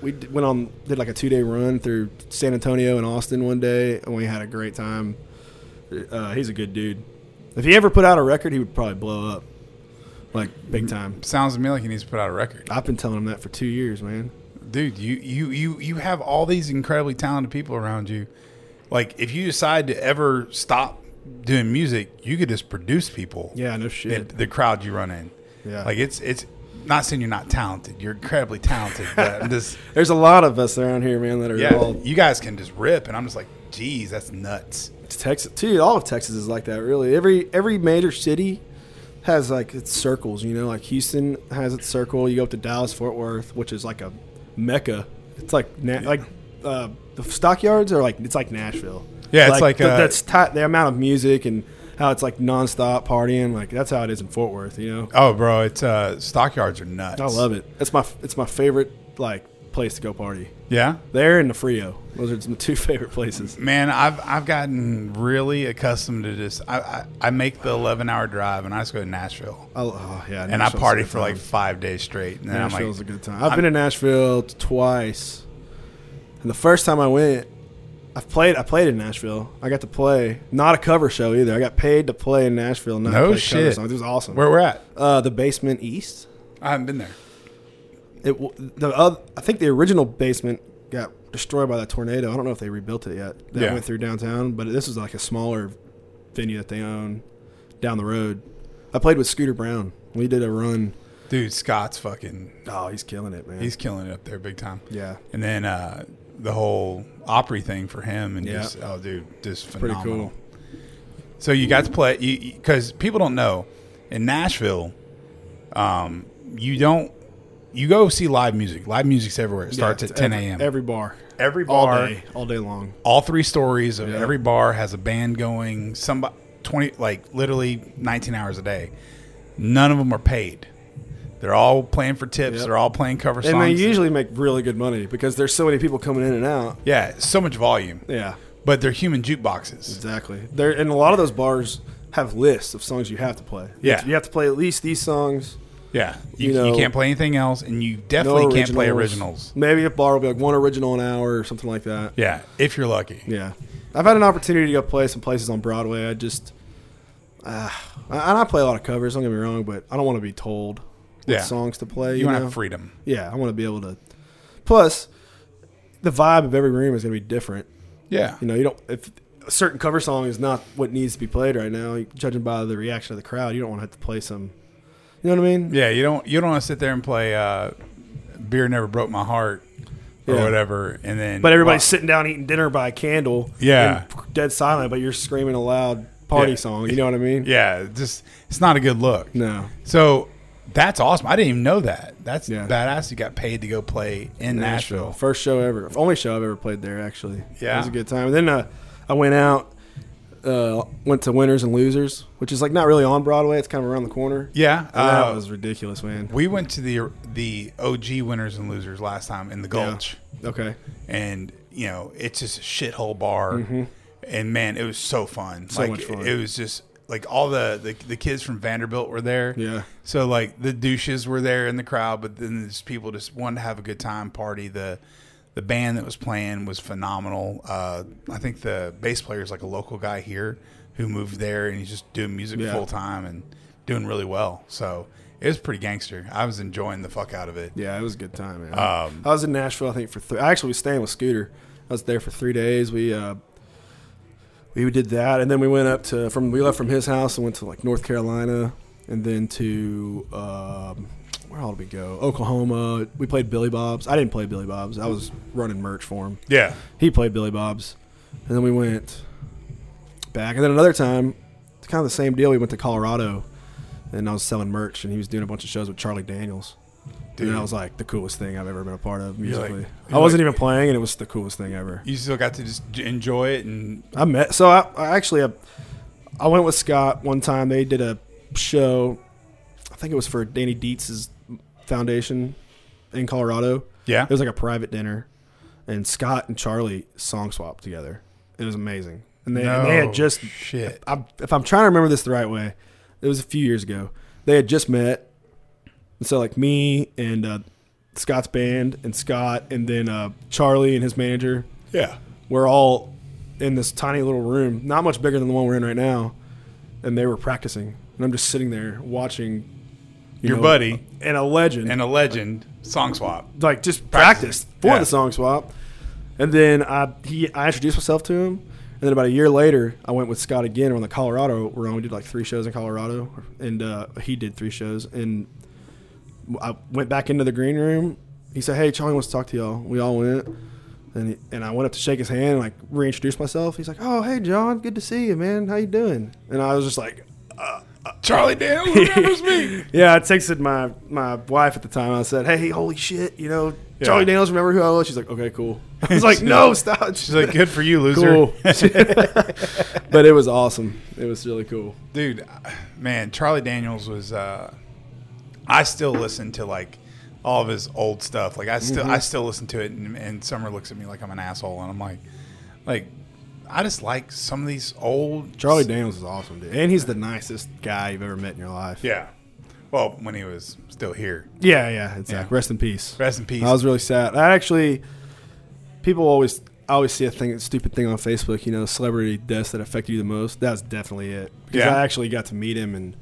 [SPEAKER 2] we d- went on did like a two day run through San Antonio and Austin one day, and we had a great time. Uh, he's a good dude. If he ever put out a record, he would probably blow up, like big time.
[SPEAKER 1] Sounds to me like he needs to put out a record,
[SPEAKER 2] I've been telling him that for two years, man.
[SPEAKER 1] dude. You you you you have all these incredibly talented people around you. Like, if you decide to ever stop doing music, you could just produce people.
[SPEAKER 2] Yeah, no shit.
[SPEAKER 1] in the crowd you run in.
[SPEAKER 2] Yeah.
[SPEAKER 1] like it's it's not saying you're not talented. You're incredibly talented, but I'm just
[SPEAKER 2] There's a lot of us around here, man, that are
[SPEAKER 1] yeah.
[SPEAKER 2] all
[SPEAKER 1] You guys can just rip, and I'm just like, geez, that's nuts.
[SPEAKER 2] Texas, dude, all of Texas is like that. Really, every every major city has like its circles. You know, like Houston has its circle. You go up to Dallas, Fort Worth, which is like a mecca. It's like na- like uh, the stockyards are like it's like Nashville.
[SPEAKER 1] Yeah, it's like,
[SPEAKER 2] the,
[SPEAKER 1] uh,
[SPEAKER 2] that's ti the amount of music and how it's like nonstop partying. Like that's how it is in Fort Worth. You know,
[SPEAKER 1] Oh, bro, it's uh, stockyards are nuts.
[SPEAKER 2] I love it. It's my it's my favorite like place to go party.
[SPEAKER 1] Yeah,
[SPEAKER 2] There and the Frio. Those are my two favorite places.
[SPEAKER 1] Man, I've I've gotten really accustomed to this. I, I, I make the eleven hour drive and I just go to Nashville
[SPEAKER 2] I, oh, yeah,
[SPEAKER 1] and
[SPEAKER 2] Nashville's
[SPEAKER 1] I
[SPEAKER 2] a
[SPEAKER 1] party
[SPEAKER 2] good
[SPEAKER 1] for like
[SPEAKER 2] time.
[SPEAKER 1] five days straight. And then I'm
[SPEAKER 2] Nashville's
[SPEAKER 1] like,
[SPEAKER 2] a good time. I've been to Nashville t- twice, and the first time I went, I played. I played in Nashville. I got to play, not a cover show either. I got paid to play in Nashville. Not
[SPEAKER 1] No
[SPEAKER 2] play Cover
[SPEAKER 1] shit.
[SPEAKER 2] songs. It was awesome.
[SPEAKER 1] where we're at?
[SPEAKER 2] uh, the basement east.
[SPEAKER 1] I haven't been there.
[SPEAKER 2] It w- the oth- I think the original basement got destroyed by that tornado. I don't know if they rebuilt it yet. That
[SPEAKER 1] Yeah.
[SPEAKER 2] went through downtown, but this is like a smaller venue that they own down the road. I played with Scooter Brown. We did a run.
[SPEAKER 1] Dude, Scott's fucking
[SPEAKER 2] Oh, he's killing it, man.
[SPEAKER 1] he's killing it up there big time.
[SPEAKER 2] yeah.
[SPEAKER 1] And then uh, the whole Opry thing for him and
[SPEAKER 2] Yeah.
[SPEAKER 1] just oh dude, just
[SPEAKER 2] Pretty
[SPEAKER 1] phenomenal.
[SPEAKER 2] cool.
[SPEAKER 1] So you got to play because people don't know in Nashville, um, you don't you go see live music. Live music's everywhere. It starts
[SPEAKER 2] Yeah,
[SPEAKER 1] at
[SPEAKER 2] it's
[SPEAKER 1] ten
[SPEAKER 2] every-
[SPEAKER 1] a.m.
[SPEAKER 2] Every bar,
[SPEAKER 1] Every
[SPEAKER 2] all
[SPEAKER 1] bar,
[SPEAKER 2] day, all day long.
[SPEAKER 1] all three stories of
[SPEAKER 2] Yeah.
[SPEAKER 1] every bar has a band going somebody 20 like literally 19 hours a day none of them are paid they're all playing for tips
[SPEAKER 2] Yep.
[SPEAKER 1] they're all playing cover
[SPEAKER 2] And they
[SPEAKER 1] songs
[SPEAKER 2] usually make really good money because there's so many people coming in and out.
[SPEAKER 1] yeah so much volume
[SPEAKER 2] Yeah,
[SPEAKER 1] but they're human jukeboxes
[SPEAKER 2] exactly. There and a lot of those bars have lists of songs you have to play. You have
[SPEAKER 1] Yeah.
[SPEAKER 2] to- you have to play at least these songs.
[SPEAKER 1] yeah you, you,
[SPEAKER 2] You know,
[SPEAKER 1] can't play anything else and you
[SPEAKER 2] No
[SPEAKER 1] definitely can't play originals
[SPEAKER 2] originals. Maybe a bar will be like one original an hour or something like that.
[SPEAKER 1] yeah if you're lucky
[SPEAKER 2] Yeah, I've had an opportunity to go play some places on Broadway. I just, uh, and I play a lot of covers. Don't get me wrong, but I don't want to be told
[SPEAKER 1] Yeah.
[SPEAKER 2] songs to play. You,
[SPEAKER 1] you want to
[SPEAKER 2] know?
[SPEAKER 1] have freedom.
[SPEAKER 2] Yeah, I want to be able to. Plus, the vibe of every room is going to be different.
[SPEAKER 1] Yeah.
[SPEAKER 2] You know, you don't if a certain cover song is not what needs to be played right now. Judging by the reaction of the crowd, you don't want to have to play some. You know what I mean?
[SPEAKER 1] Yeah, you don't you don't want to sit there and play uh, "Beer Never Broke My Heart" or
[SPEAKER 2] Yeah.
[SPEAKER 1] whatever, and then
[SPEAKER 2] But everybody's
[SPEAKER 1] Wow.
[SPEAKER 2] sitting down eating dinner by a candle.
[SPEAKER 1] Yeah.
[SPEAKER 2] and dead silent, but you're screaming a loud party
[SPEAKER 1] Yeah.
[SPEAKER 2] song. You know what I mean?
[SPEAKER 1] yeah, just it's not a good look.
[SPEAKER 2] No.
[SPEAKER 1] So that's awesome. I didn't even know that. That's
[SPEAKER 2] Yeah.
[SPEAKER 1] badass. You got paid to go play in Nashville.
[SPEAKER 2] First show ever. Only show I've ever played there, actually.
[SPEAKER 1] Yeah.
[SPEAKER 2] It was a good time. And then uh, I went out, uh, went to Winners and Losers, which is like not really on Broadway. It's kind of around the corner.
[SPEAKER 1] Yeah,
[SPEAKER 2] And
[SPEAKER 1] uh,
[SPEAKER 2] that was ridiculous, man.
[SPEAKER 1] we went to the the OG winners and losers last time in the Gulch,
[SPEAKER 2] Okay.
[SPEAKER 1] and you know it's just a shithole bar, and man, it was so fun. So like
[SPEAKER 2] Mm-hmm. much fun.
[SPEAKER 1] it was just like all the, the the kids from Vanderbilt were there.
[SPEAKER 2] Yeah.
[SPEAKER 1] So like the douches were there in the crowd, but then there's people just wanted to have a good time party. The the band that was playing was phenomenal. Uh, I think the bass player is like a local guy here who moved there and he's just doing music
[SPEAKER 2] Yeah.
[SPEAKER 1] full time and doing really well. So it was pretty gangster. I was enjoying the fuck out of it.
[SPEAKER 2] Yeah, it was a good time, man.
[SPEAKER 1] Um,
[SPEAKER 2] I was in Nashville, I think, for three. Actually, we was staying with Scooter. I was there for three days. We uh, we did that, and then we went up to from we left from his house and went to like North Carolina, and then to um, where all did we go? Oklahoma. We played Billy Bob's. I didn't play Billy Bob's. I was running merch for him.
[SPEAKER 1] Yeah.
[SPEAKER 2] He played Billy Bob's, and then we went back, and then another time, it's kind of the same deal. We went to Colorado, and I was selling merch, and he was doing a bunch of shows with Charlie Daniels.
[SPEAKER 1] Dude.
[SPEAKER 2] And that was like the coolest thing I've ever been a part of
[SPEAKER 1] You're like-
[SPEAKER 2] musically. I
[SPEAKER 1] you're
[SPEAKER 2] wasn't
[SPEAKER 1] like-
[SPEAKER 2] even playing, and it was the coolest thing ever.
[SPEAKER 1] You still got to just j- enjoy it and
[SPEAKER 2] I met so I, I actually I, I went with Scott one time. They did a show, I think it was for Danny Dietz's foundation in Colorado.
[SPEAKER 1] yeah.
[SPEAKER 2] It was like a private dinner, and Scott and Charlie song swapped together. It was amazing, and they, and they
[SPEAKER 1] No
[SPEAKER 2] had just
[SPEAKER 1] shit.
[SPEAKER 2] I'm, if I'm trying to remember this the right way, it was a few years ago. They had just met, and so like me and uh, Scott's band and Scott, and then uh, Charlie and his manager,
[SPEAKER 1] Yeah.
[SPEAKER 2] we're all in this tiny little room, not much bigger than the one we're in right now, and they were practicing, and I'm just sitting there watching you
[SPEAKER 1] Your
[SPEAKER 2] know, uh,
[SPEAKER 1] buddy
[SPEAKER 2] and a legend
[SPEAKER 1] and a legend song swap.
[SPEAKER 2] like just
[SPEAKER 1] Practice.
[SPEAKER 2] practiced for
[SPEAKER 1] Yeah.
[SPEAKER 2] the song swap. And then I he I introduced myself to him, and then about a year later, I went with Scott again on the Colorado run. We did like three shows in Colorado, and uh, he did three shows. And I went back into the green room. He said, "Hey, Charlie wants to talk to y'all." We all went, and he, and I went up to shake his hand and like reintroduce myself. He's like, "Oh, hey, John, good to see you, man. How you doing?" And I was just like, uh,
[SPEAKER 1] Charlie Daniels remembers me.
[SPEAKER 2] yeah, I texted my my wife at the time. I said, "Hey, holy shit! You know, Charlie Daniels, remember who I was?" She's like, "Okay, cool." I was like, "No, stop!"
[SPEAKER 1] She's like, good for you, loser.
[SPEAKER 2] "Cool." but it was awesome. It was really cool.
[SPEAKER 1] dude uh, man charlie daniels was uh i still listen to like all of his old stuff like i still
[SPEAKER 2] Mm-hmm.
[SPEAKER 1] i still listen to it and, and summer looks at me like i'm an asshole and i'm like like i just like some of these old
[SPEAKER 2] Charlie Daniels is awesome, dude, and he's the nicest guy you've ever met in your life.
[SPEAKER 1] yeah well when he was still here
[SPEAKER 2] yeah, yeah. Exactly.
[SPEAKER 1] Yeah.
[SPEAKER 2] Rest in peace.
[SPEAKER 1] rest in peace
[SPEAKER 2] I was really sad. I actually, people always, I always see a thing, stupid thing on Facebook. You know, celebrity deaths that affect you the most. That's definitely it. Because
[SPEAKER 1] Yeah.
[SPEAKER 2] I actually got to meet him and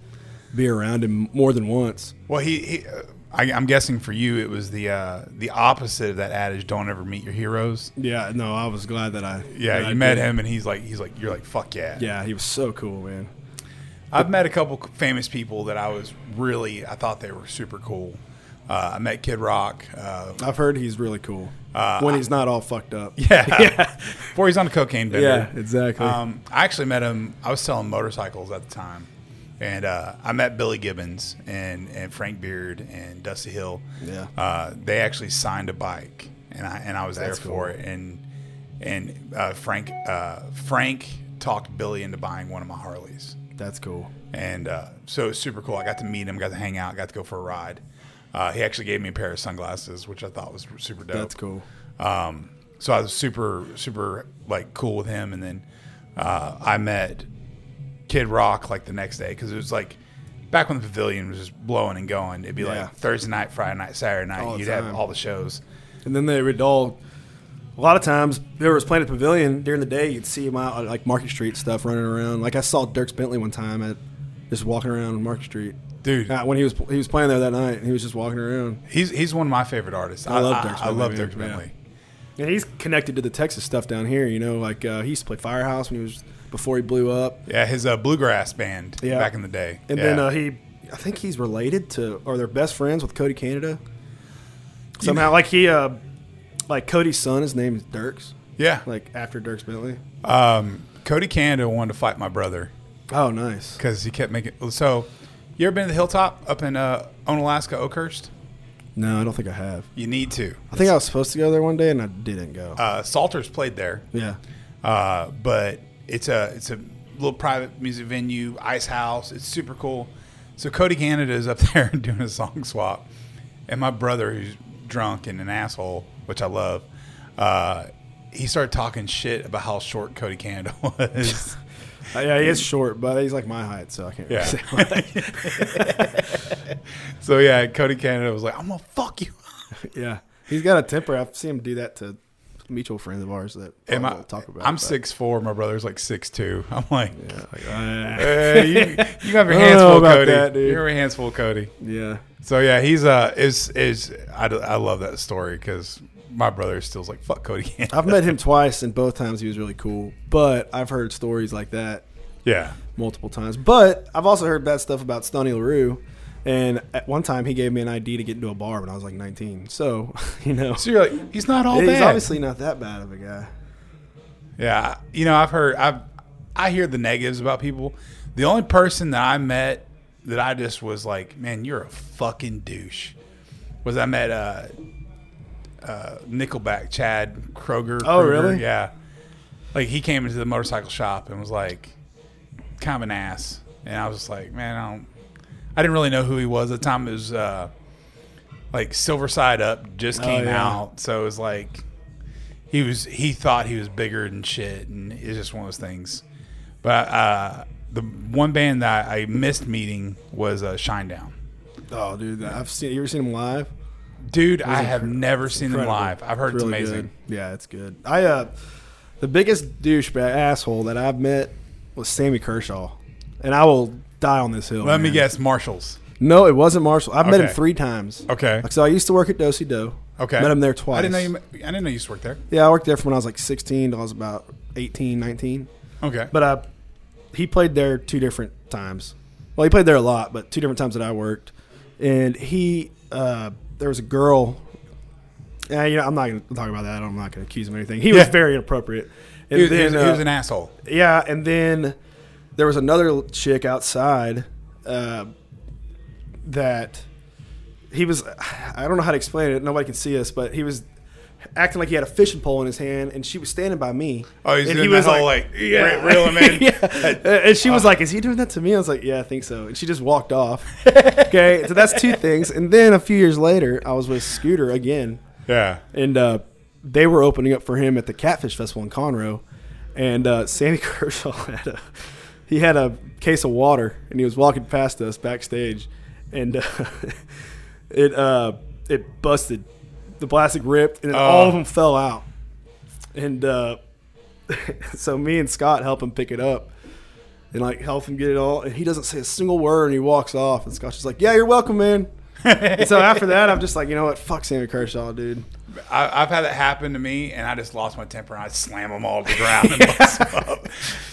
[SPEAKER 2] be around him more than once.
[SPEAKER 1] well he, he uh, I, i'm guessing for you it was the uh the opposite of that adage don't ever meet your heroes
[SPEAKER 2] Yeah, no, I was glad that I.
[SPEAKER 1] yeah
[SPEAKER 2] that I
[SPEAKER 1] you met
[SPEAKER 2] did.
[SPEAKER 1] him and he's like he's like you're like fuck yeah
[SPEAKER 2] Yeah, he was so cool, man.
[SPEAKER 1] I've met a couple famous people that I was really I thought they were super cool. Uh, I met Kid Rock. Uh,
[SPEAKER 2] I've heard he's really cool when he's not all fucked up.
[SPEAKER 1] yeah, before he's on a cocaine bender.
[SPEAKER 2] Yeah, exactly.
[SPEAKER 1] Um, I actually met him. I was selling motorcycles at the time, and uh, I met Billy Gibbons and and Frank Beard and Dusty Hill.
[SPEAKER 2] Yeah.
[SPEAKER 1] uh, they actually signed a bike, and I and I was
[SPEAKER 2] That's
[SPEAKER 1] there for
[SPEAKER 2] cool.
[SPEAKER 1] it. And and uh, Frank uh, Frank talked Billy into buying one of my Harleys.
[SPEAKER 2] That's cool.
[SPEAKER 1] And uh, so it was super cool. I got to meet him, got to hang out, got to go for a ride. Uh, he actually gave me a pair of sunglasses, which I thought was super dope.
[SPEAKER 2] That's cool.
[SPEAKER 1] Um, so I was super, super like cool with him. And then uh, I met Kid Rock like the next day because it was like back when the pavilion was just blowing and going. It'd be
[SPEAKER 2] Yeah.
[SPEAKER 1] like Thursday night, Friday night, Saturday night.
[SPEAKER 2] All the
[SPEAKER 1] You'd have
[SPEAKER 2] time.
[SPEAKER 1] all the shows.
[SPEAKER 2] And then they would all. A lot of times, there was Planet Pavilion during the day. You'd see him out like Market Street stuff running around. Like I saw Dirks Bentley one time at just walking around Market Street.
[SPEAKER 1] dude.
[SPEAKER 2] Uh, when he was he was playing there that night, and he was just walking around.
[SPEAKER 1] He's he's one of my favorite artists. I,
[SPEAKER 2] love
[SPEAKER 1] love Dirk.
[SPEAKER 2] Dierks
[SPEAKER 1] I, love
[SPEAKER 2] Bentley,
[SPEAKER 1] Dirk
[SPEAKER 2] yeah.
[SPEAKER 1] Bentley.
[SPEAKER 2] And he's connected to the Texas stuff down here. You know, like uh, he used to play Firehouse when he was before he blew up.
[SPEAKER 1] Yeah, his uh, bluegrass band
[SPEAKER 2] Yeah.
[SPEAKER 1] back in the day.
[SPEAKER 2] And
[SPEAKER 1] Yeah.
[SPEAKER 2] then uh, he, I think he's related to, or they're best friends with Cody Canada. Somehow, like he, uh, like Cody's son, his name is Dirks,
[SPEAKER 1] yeah,
[SPEAKER 2] like after Dirks Bentley.
[SPEAKER 1] um, Cody Canada wanted to fight my brother
[SPEAKER 2] Oh, nice.
[SPEAKER 1] because he kept making. So, you ever been to the hilltop up in uh, Onalaska, Oakhurst?
[SPEAKER 2] No, I don't think I have.
[SPEAKER 1] You need to.
[SPEAKER 2] I think I was supposed to go there one day and I didn't go.
[SPEAKER 1] Uh, Salters played there.
[SPEAKER 2] yeah.
[SPEAKER 1] uh, but it's a it's a little private music venue, ice house. It's super cool. So Cody Canada is up there doing a song swap, and my brother, who's drunk and an asshole, which I love, uh, he started talking shit about how short Cody Canada was.
[SPEAKER 2] Uh, yeah, he is short, but he's like my height, so I can't
[SPEAKER 1] Yeah.
[SPEAKER 2] really say much.
[SPEAKER 1] so yeah, Cody Canada was like, "I'm gonna fuck you."
[SPEAKER 2] yeah. He's got a temper. I've seen him do that to mutual friends of ours that
[SPEAKER 1] And
[SPEAKER 2] I
[SPEAKER 1] my,
[SPEAKER 2] won't talk about.
[SPEAKER 1] I'm
[SPEAKER 2] but-
[SPEAKER 1] six four. My brother's like six two. I'm like,
[SPEAKER 2] Yeah. like, ah.
[SPEAKER 1] "Hey, you, you have your
[SPEAKER 2] I don't
[SPEAKER 1] hands
[SPEAKER 2] know
[SPEAKER 1] full,
[SPEAKER 2] about
[SPEAKER 1] Cody.
[SPEAKER 2] that, dude.
[SPEAKER 1] You have your hands full, Cody.
[SPEAKER 2] yeah.
[SPEAKER 1] So yeah, he's uh is is I, d- I love that story because my brother still's like fuck Cody.
[SPEAKER 2] I've met him twice, and both times he was really cool. But I've heard stories like that
[SPEAKER 1] yeah,
[SPEAKER 2] multiple times. But I've also heard bad stuff about Stoney LaRue. And at one time, he gave me an ID to get into a bar when I was like 19. So, you know,
[SPEAKER 1] so you're like he's not all
[SPEAKER 2] he's
[SPEAKER 1] bad.
[SPEAKER 2] obviously not that bad of a guy.
[SPEAKER 1] yeah, you know I've heard I've I hear the negatives about people. The only person that I met that I just was like, man, you're a fucking douche. Was I met uh, uh Nickelback Chad Kroger?
[SPEAKER 2] Oh,
[SPEAKER 1] Kroger,
[SPEAKER 2] really?
[SPEAKER 1] Yeah. Like he came into the motorcycle shop and was like, kind of an ass, and I was just like, man, I don't. I didn't really know who he was at the time. It was uh, like Silver Side Up just
[SPEAKER 2] Oh,
[SPEAKER 1] came
[SPEAKER 2] yeah.
[SPEAKER 1] out, so it was like he was he thought he was bigger than shit, and it's just one of those things. But uh, the one band that I missed meeting was uh, Shinedown.
[SPEAKER 2] Oh, dude, I've seen. You ever seen him live?
[SPEAKER 1] Dude, I have never seen them
[SPEAKER 2] Incredible.
[SPEAKER 1] live. I've heard it's,
[SPEAKER 2] really
[SPEAKER 1] amazing.
[SPEAKER 2] good. Yeah, it's good. I uh, the biggest douchebag asshole that I've met was Sammy Kershaw, and I will die on this hill.
[SPEAKER 1] Let me
[SPEAKER 2] man.
[SPEAKER 1] guess, Marshalls.
[SPEAKER 2] No, it wasn't Marshall. I've met him
[SPEAKER 1] Okay.
[SPEAKER 2] three times.
[SPEAKER 1] Okay,
[SPEAKER 2] Like, so I used to work at Dosey Do.
[SPEAKER 1] okay.
[SPEAKER 2] Met him there twice.
[SPEAKER 1] I didn't know you. met- I didn't know you used to work there.
[SPEAKER 2] Yeah, I worked there from when I was like 16 till I was about 18, 19.
[SPEAKER 1] Okay,
[SPEAKER 2] But uh, he played there two different times. Well, he played there a lot, but two different times that I worked. And he, uh, there was a girl. Yeah, you know, I'm not going to talk about that. I'm not going to accuse him of anything. He was
[SPEAKER 1] Yeah.
[SPEAKER 2] very inappropriate. And
[SPEAKER 1] he was, he
[SPEAKER 2] then,
[SPEAKER 1] was- he
[SPEAKER 2] uh,
[SPEAKER 1] was an asshole.
[SPEAKER 2] yeah, and then there was another chick outside uh, that he was. I don't know how to explain it. Nobody can see us, but he was acting like he had a fishing pole in his hand, and she was standing by me.
[SPEAKER 1] Oh, he's
[SPEAKER 2] and
[SPEAKER 1] doing that whole, like, re- reel him in.
[SPEAKER 2] yeah. And she was like, "Is he doing that to me?" I was like, "Yeah, I think so." And she just walked off. okay, so that's two things. And then a few years later, I was with Scooter again
[SPEAKER 1] Yeah.
[SPEAKER 2] and uh, they were opening up for him at the Catfish Festival in Conroe, and uh, Sammy Kershaw had a he had a case of water, and he was walking past us backstage, and uh, it uh, it busted, the plastic ripped, and then all of them fell out, and uh, so me and Scott help him pick it up. And like help him get it all, and he doesn't say a single word, and he walks off. And Scott's just like, "Yeah, you're welcome, man." and so after that, I'm just like, you know what? Fuck Sammy Kershaw, dude.
[SPEAKER 1] I, I've had that happen to me, and I just lost my temper, and I slam them all to the ground and bust 'em up.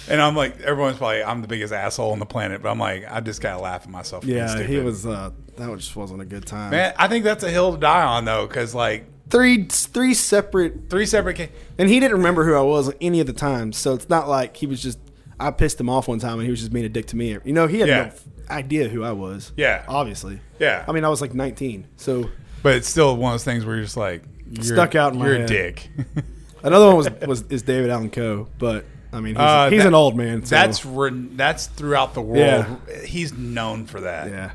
[SPEAKER 1] And I'm like, everyone's probably, I'm the biggest asshole on the planet, but I'm like, I just gotta laugh at myself. for being
[SPEAKER 2] Yeah, he
[SPEAKER 1] stupid.
[SPEAKER 2] was. Uh, that just wasn't a good time.
[SPEAKER 1] Man, I think that's a hill to die on though, because like
[SPEAKER 2] Three, three separate,
[SPEAKER 1] three separate. Ca-
[SPEAKER 2] and he didn't remember who I was any of the times. So it's not like he was just. I pissed him off one time, and he was just being a dick to me. You know, he had
[SPEAKER 1] Yeah.
[SPEAKER 2] no f- idea who I was.
[SPEAKER 1] Yeah.
[SPEAKER 2] obviously.
[SPEAKER 1] Yeah.
[SPEAKER 2] I mean, I was like 19. So
[SPEAKER 1] but it's still one of those things where you're just like you're,
[SPEAKER 2] Stuck out in my
[SPEAKER 1] You're a
[SPEAKER 2] head.
[SPEAKER 1] dick.
[SPEAKER 2] another one was was is David Allen Coe, but I mean, he's,
[SPEAKER 1] Uh,
[SPEAKER 2] he's
[SPEAKER 1] that-
[SPEAKER 2] an old man. So,
[SPEAKER 1] that's re- that's throughout the world.
[SPEAKER 2] Yeah.
[SPEAKER 1] He's known for that.
[SPEAKER 2] yeah.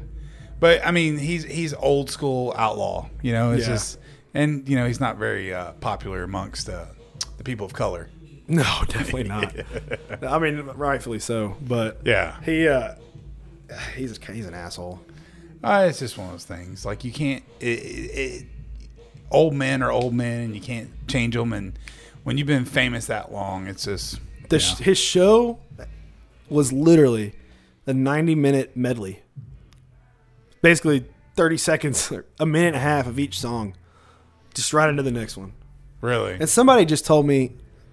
[SPEAKER 1] But I mean, he's he's old school outlaw. You know, it's
[SPEAKER 2] Yeah.
[SPEAKER 1] just and you know he's not very uh, popular amongst uh, the people of color.
[SPEAKER 2] No, definitely not. I mean, rightfully so, but
[SPEAKER 1] Yeah.
[SPEAKER 2] he uh, he's he's an asshole.
[SPEAKER 1] Uh, it's just one of those things. Like you can't. It, it, it, old men are old men, and you can't change them. And when you've been famous that long, it's just
[SPEAKER 2] The
[SPEAKER 1] you
[SPEAKER 2] sh-
[SPEAKER 1] know.
[SPEAKER 2] his show was literally a 90 minute medley basically 30 seconds, or a minute and a half of each song, just right into the next one.
[SPEAKER 1] Really?
[SPEAKER 2] And somebody just told me,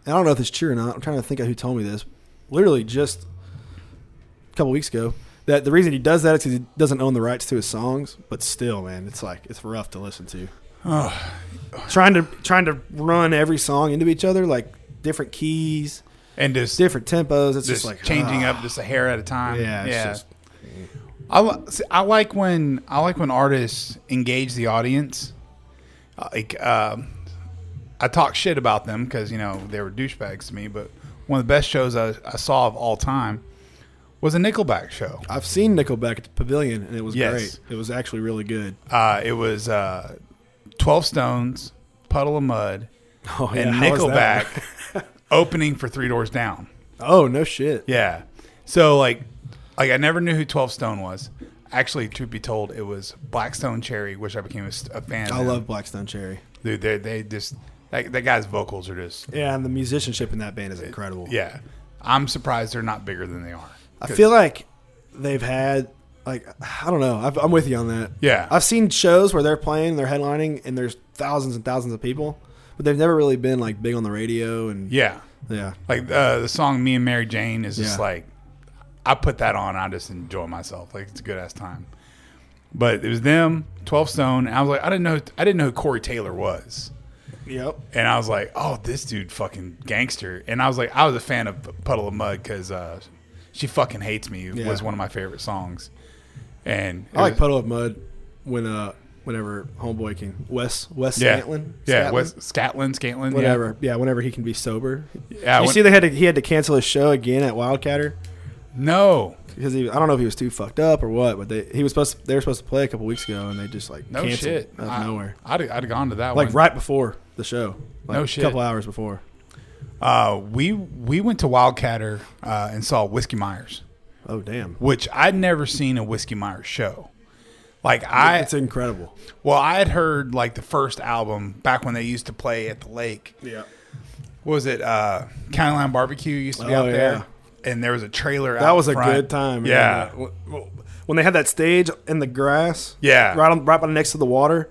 [SPEAKER 2] and I don't know if it's true or not. I'm trying to think of who told me this. Literally just a couple weeks ago, that the reason he does that is 'cause he doesn't own the rights to his songs. But still, man, it's like it's rough to listen to. Trying to trying to run every song into each other, like different keys,
[SPEAKER 1] and just,
[SPEAKER 2] different tempos. It's
[SPEAKER 1] just
[SPEAKER 2] just like
[SPEAKER 1] changing
[SPEAKER 2] ah.
[SPEAKER 1] up just a hair at a time.
[SPEAKER 2] Yeah, it's just-
[SPEAKER 1] I, li- see, I like when I like when artists engage the audience. Like um I talk shit about them because you know they were douchebags to me. But one of the best shows I, I saw of all time was a Nickelback show.
[SPEAKER 2] I've seen Nickelback at the Pavilion, and it was
[SPEAKER 1] Yes.
[SPEAKER 2] great. It was actually really good.
[SPEAKER 1] Uh, it was uh, Twelve Stones, Puddle of Mud,
[SPEAKER 2] Oh
[SPEAKER 1] and
[SPEAKER 2] how was that?
[SPEAKER 1] Nickelback opening for Three Doors Down.
[SPEAKER 2] Oh no shit.
[SPEAKER 1] Yeah. So like like I never knew who 12 Stone was. Actually, truth be told, it was Blackstone Cherry, which I became a, s- a fan.
[SPEAKER 2] I
[SPEAKER 1] of.
[SPEAKER 2] love Blackstone Cherry.
[SPEAKER 1] dude. They they just that, that guy's vocals are just
[SPEAKER 2] Yeah, and the musicianship in that band is incredible.
[SPEAKER 1] yeah. I'm surprised they're not bigger than they are.
[SPEAKER 2] I feel like they've had like I don't know. I've, I'm with you on that.
[SPEAKER 1] Yeah.
[SPEAKER 2] I've seen shows where they're playing, they're headlining, and there's thousands and thousands of people, but they've never really been like big on the radio and
[SPEAKER 1] yeah.
[SPEAKER 2] yeah.
[SPEAKER 1] Like uh, the song "Me and Mary Jane" is just
[SPEAKER 2] Yeah.
[SPEAKER 1] like I put that on. I just enjoy myself. Like it's a good ass time. But it was them, 12 Stone. And I was like, I didn't know, I didn't know who Corey Taylor was.
[SPEAKER 2] Yep.
[SPEAKER 1] and I was like, "Oh, this dude fucking gangster." And I was like, I was a fan of Puddle of Mud because uh, she fucking hates me
[SPEAKER 2] Yeah.
[SPEAKER 1] was one of my favorite songs, and it
[SPEAKER 2] I like
[SPEAKER 1] was-
[SPEAKER 2] Puddle of Mud when uh whenever homeboy can Wes Wes
[SPEAKER 1] yeah,
[SPEAKER 2] Scantlin
[SPEAKER 1] yeah,
[SPEAKER 2] Scantlin?
[SPEAKER 1] was Scatlin, Scantlin,
[SPEAKER 2] whatever yeah. whenever he can be sober.
[SPEAKER 1] Yeah,
[SPEAKER 2] you
[SPEAKER 1] Uh, when-
[SPEAKER 2] see they had to, he had to cancel his show again at Wildcatter
[SPEAKER 1] Yeah. No,
[SPEAKER 2] because he I don't know if he was too fucked up or what, but they he was supposed to, they were supposed to play a couple weeks ago and they just like
[SPEAKER 1] no
[SPEAKER 2] canceled
[SPEAKER 1] shit,
[SPEAKER 2] out of
[SPEAKER 1] I,
[SPEAKER 2] nowhere.
[SPEAKER 1] I'd, I'd have gone to that
[SPEAKER 2] like
[SPEAKER 1] one.
[SPEAKER 2] right before the show. Like
[SPEAKER 1] No
[SPEAKER 2] A
[SPEAKER 1] shit.
[SPEAKER 2] couple hours before.
[SPEAKER 1] Uh, we we went to Wildcatter uh, and saw Whiskey Myers,
[SPEAKER 2] Oh damn!
[SPEAKER 1] which I'd never seen a Whiskey Myers show. Like I,
[SPEAKER 2] it's incredible.
[SPEAKER 1] well, I had heard like the first album back when they used to play at the lake.
[SPEAKER 2] Yeah,
[SPEAKER 1] what was it uh county line barbecue used to be
[SPEAKER 2] Oh,
[SPEAKER 1] out there
[SPEAKER 2] yeah.
[SPEAKER 1] and there was a trailer
[SPEAKER 2] that
[SPEAKER 1] out
[SPEAKER 2] was a
[SPEAKER 1] front.
[SPEAKER 2] good time. man.
[SPEAKER 1] yeah
[SPEAKER 2] When- when they had that stage in the grass.
[SPEAKER 1] Yeah.
[SPEAKER 2] right on, right by next to the water.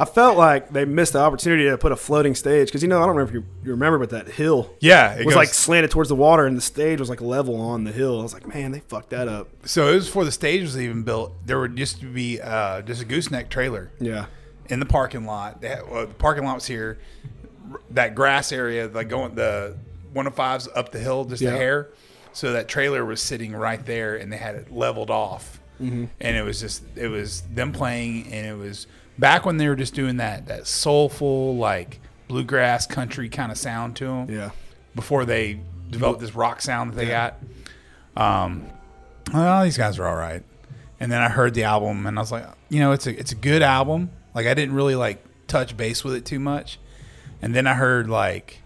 [SPEAKER 2] I felt like they missed the opportunity to put a floating stage because you know I don't remember if you, you remember, but that hill
[SPEAKER 1] yeah it
[SPEAKER 2] was
[SPEAKER 1] goes-
[SPEAKER 2] like slanted towards the water, and the stage was like level on the hill. I was like, man, they fucked that up.
[SPEAKER 1] so it was before the stage was even built there would used to be uh just a gooseneck trailer
[SPEAKER 2] Yeah,
[SPEAKER 1] in the parking lot they had, well, the parking lot was here R- that grass area like going the 105s up the hill just
[SPEAKER 2] Yeah.
[SPEAKER 1] a hair so that trailer was sitting right there and they had it leveled off
[SPEAKER 2] Mm-hmm.
[SPEAKER 1] and it was just it was them playing and it was back when they were just doing that that soulful like bluegrass country kind of sound to them
[SPEAKER 2] yeah.
[SPEAKER 1] before they developed this rock sound that they got. Um, well, these guys are all right. And then I heard the album, and I was like, you know, it's a it's a good album. Like I didn't really like touch base with it too much. And then I heard like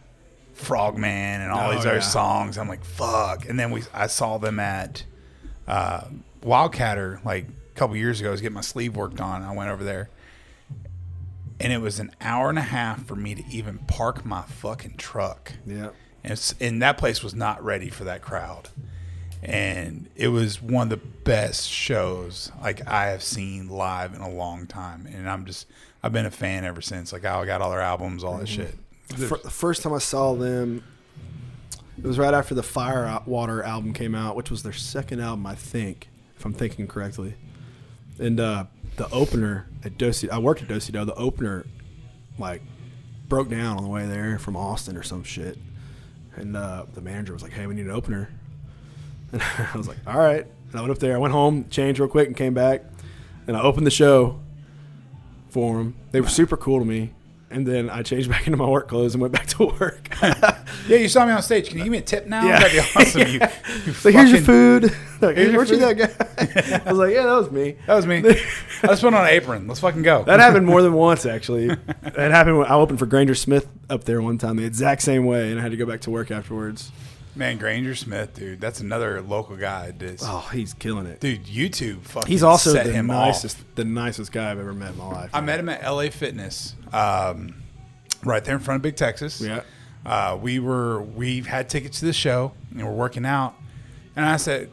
[SPEAKER 1] Frogman and all
[SPEAKER 2] Oh,
[SPEAKER 1] these other
[SPEAKER 2] yeah.
[SPEAKER 1] songs. I'm like, fuck. And then we I saw them at uh, Wildcatter like a couple years ago. I was getting my sleeve worked on. I went over there. And it was an hour and a half for me to even park my fucking truck
[SPEAKER 2] Yeah.
[SPEAKER 1] and, s- and that place was not ready for that crowd and it was one of the best shows like i have seen live in a long time and i'm just i've been a fan ever since like i got all their albums all that shit
[SPEAKER 2] Fir- Mm-hmm. the first time I saw them, it was right after the Firewater album came out, which was their second album, I think, if I'm thinking correctly. And uh, the opener at Dosey, I worked at Dosey The opener, like, broke down on the way there from Austin or some shit. And uh, the manager was like, "Hey, we need an opener." And I was like, "All right." And I went up there. I went home, changed real quick, and came back. And I opened the show for them. They were super cool to me. And then I changed back into my work clothes and went back to work.
[SPEAKER 1] yeah you saw me on stage can you give me a tip now
[SPEAKER 2] Yeah.
[SPEAKER 1] that'd be awesome you, you
[SPEAKER 2] so here's your
[SPEAKER 1] fucking-
[SPEAKER 2] food. Like,
[SPEAKER 1] Here's your
[SPEAKER 2] weren't you that
[SPEAKER 1] food."
[SPEAKER 2] guy? I was like, "Yeah, that was me."
[SPEAKER 1] that was me i just put on an apron let's fucking go
[SPEAKER 2] That happened more than once, actually. That happened when I opened for Granger Smith up there one time, the exact same way, and I had to go back to work afterwards.
[SPEAKER 1] man granger smith dude that's another local guy that's,
[SPEAKER 2] Oh, he's killing it.
[SPEAKER 1] dude youtube fucking
[SPEAKER 2] He's also
[SPEAKER 1] set
[SPEAKER 2] the
[SPEAKER 1] him off.
[SPEAKER 2] nicest, the nicest guy I've ever met in my life.
[SPEAKER 1] I met him at LA Fitness, um, right there in front of Big Texas.
[SPEAKER 2] Yeah.
[SPEAKER 1] Uh, we were we had tickets to the show and we're working out, and I said,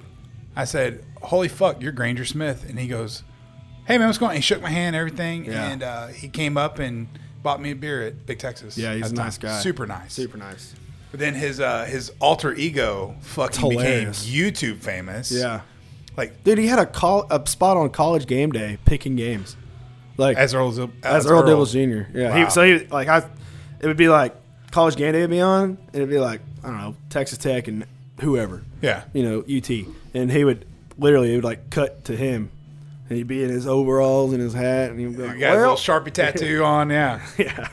[SPEAKER 1] I said, "Holy fuck, you're Granger Smith," and he goes, hey man, what's going on? He shook my hand, everything,
[SPEAKER 2] Yeah.
[SPEAKER 1] and uh, he came up and bought me a beer at Big Texas.
[SPEAKER 2] Yeah, he's
[SPEAKER 1] at
[SPEAKER 2] a
[SPEAKER 1] the
[SPEAKER 2] nice
[SPEAKER 1] time.
[SPEAKER 2] guy.
[SPEAKER 1] Super nice.
[SPEAKER 2] Super nice.
[SPEAKER 1] But then his uh, his alter ego fucking
[SPEAKER 2] It's
[SPEAKER 1] became
[SPEAKER 2] hilarious.
[SPEAKER 1] YouTube famous.
[SPEAKER 2] Yeah.
[SPEAKER 1] like
[SPEAKER 2] Dude, he had a call a spot on college game day picking games. Like
[SPEAKER 1] as Earl as,
[SPEAKER 2] as Earl, Dibbles Jr. Yeah.
[SPEAKER 1] Wow.
[SPEAKER 2] He, so he like I, it would be like college game day would be on, and it'd be like I don't know Texas Tech and whoever.
[SPEAKER 1] Yeah.
[SPEAKER 2] You know UT, and he would literally it would like cut to him, and he'd be in his overalls and his hat, and he'd be like,
[SPEAKER 1] He got
[SPEAKER 2] well,
[SPEAKER 1] his little sharpie tattoo on. Yeah,
[SPEAKER 2] yeah.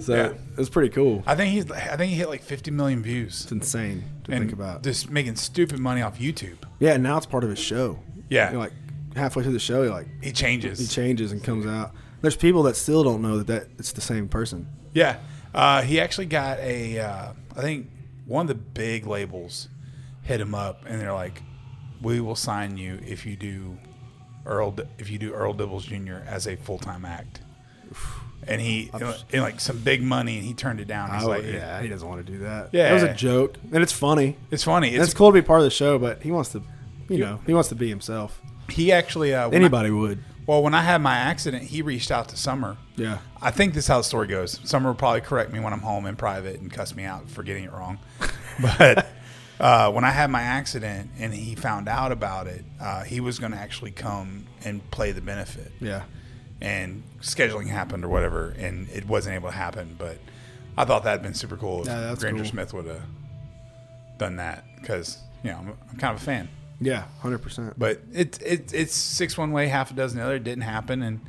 [SPEAKER 2] So
[SPEAKER 1] Yeah.
[SPEAKER 2] it was pretty cool.
[SPEAKER 1] I think he's I think he hit like 50 million views.
[SPEAKER 2] It's insane to
[SPEAKER 1] and
[SPEAKER 2] think about.
[SPEAKER 1] just making stupid money off YouTube.
[SPEAKER 2] yeah, and now it's part of his show.
[SPEAKER 1] Yeah.
[SPEAKER 2] You're like halfway through the show, you're like
[SPEAKER 1] He changes.
[SPEAKER 2] he changes and comes out. There's people that still don't know that, that it's the same person.
[SPEAKER 1] Yeah, uh, he actually got a. Uh, I think one of the big labels hit him up, and they're like, "We will sign you if you do Earl if you do Earl Dibbles Jr. as a full time act." And he and like some big money, and he turned it down. He's
[SPEAKER 2] Oh,
[SPEAKER 1] like,
[SPEAKER 2] yeah, he doesn't want to do that.
[SPEAKER 1] Yeah.
[SPEAKER 2] it was a joke, and it's funny.
[SPEAKER 1] "It's funny.
[SPEAKER 2] And
[SPEAKER 1] It's
[SPEAKER 2] it's cool to be part of the show, but he wants to, you know, he wants to be himself.
[SPEAKER 1] he actually uh, when I-
[SPEAKER 2] Anybody would.
[SPEAKER 1] well, when I had my accident, he reached out to Summer.
[SPEAKER 2] Yeah.
[SPEAKER 1] I think this is how the story goes. Summer will probably correct me when I'm home in private and cuss me out for getting it wrong. But uh, when I had my accident and he found out about it, uh, he was going to actually come and play the benefit.
[SPEAKER 2] Yeah.
[SPEAKER 1] And scheduling happened or whatever, and it wasn't able to happen. But I thought that'd been super cool if
[SPEAKER 2] Yeah, that's
[SPEAKER 1] Granger
[SPEAKER 2] cool.
[SPEAKER 1] Smith would have done that because you know I'm, I'm kind of a fan.
[SPEAKER 2] Yeah. Hundred percent.
[SPEAKER 1] But it, it it's six one way, half a dozen the other. It didn't happen, and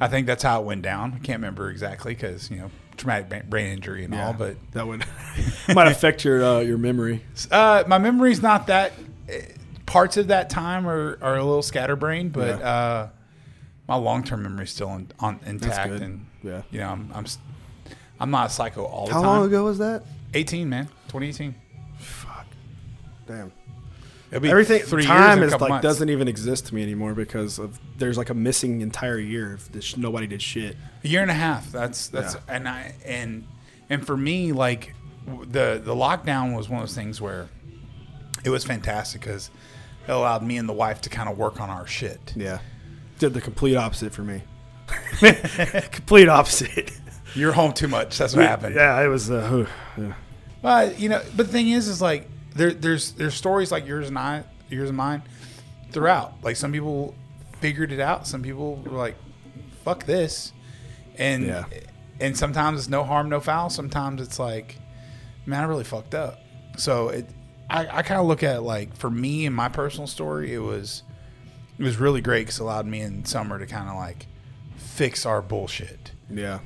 [SPEAKER 1] I think that's how it went down. I can't remember exactly because you know traumatic ba- brain injury and all. But
[SPEAKER 2] that would might affect your uh, your memory.
[SPEAKER 1] uh, my memory's not that. eh, Parts of that time are, are a little scatterbrained, but
[SPEAKER 2] Yeah.
[SPEAKER 1] uh, my long term memory's still in, on, intact.
[SPEAKER 2] good.
[SPEAKER 1] And
[SPEAKER 2] Yeah.
[SPEAKER 1] you know I'm I'm, s- I'm not a psycho all the
[SPEAKER 2] How
[SPEAKER 1] time.
[SPEAKER 2] long ago was that?
[SPEAKER 1] Eighteen, man, twenty eighteen.
[SPEAKER 2] Fuck. Damn.
[SPEAKER 1] It'll be
[SPEAKER 2] Everything
[SPEAKER 1] three years
[SPEAKER 2] time
[SPEAKER 1] and a
[SPEAKER 2] is
[SPEAKER 1] couple
[SPEAKER 2] like
[SPEAKER 1] months.
[SPEAKER 2] doesn't even exist to me anymore because of there's like a missing entire year of this nobody did shit.
[SPEAKER 1] A year and a half. That's that's
[SPEAKER 2] Yeah.
[SPEAKER 1] and I and and for me, like w- the the lockdown was one of those things where it was fantastic because it allowed me and the wife to kind of work on our shit.
[SPEAKER 2] Yeah. Did the complete opposite for me. complete opposite.
[SPEAKER 1] You're home too much. That's what happened.
[SPEAKER 2] Yeah, it was uh, yeah.
[SPEAKER 1] But you know, but the thing is, is like there there's there's stories like yours and I, yours and mine, throughout. Like some people figured it out. Some people were like, "Fuck this," and
[SPEAKER 2] Yeah.
[SPEAKER 1] and sometimes it's no harm, no foul. Sometimes it's like, man, I really fucked up. So it, I, I kind of look at it like for me and my personal story, it was it was really great because it allowed me and Summer to kind of like fix our bullshit
[SPEAKER 2] Yeah.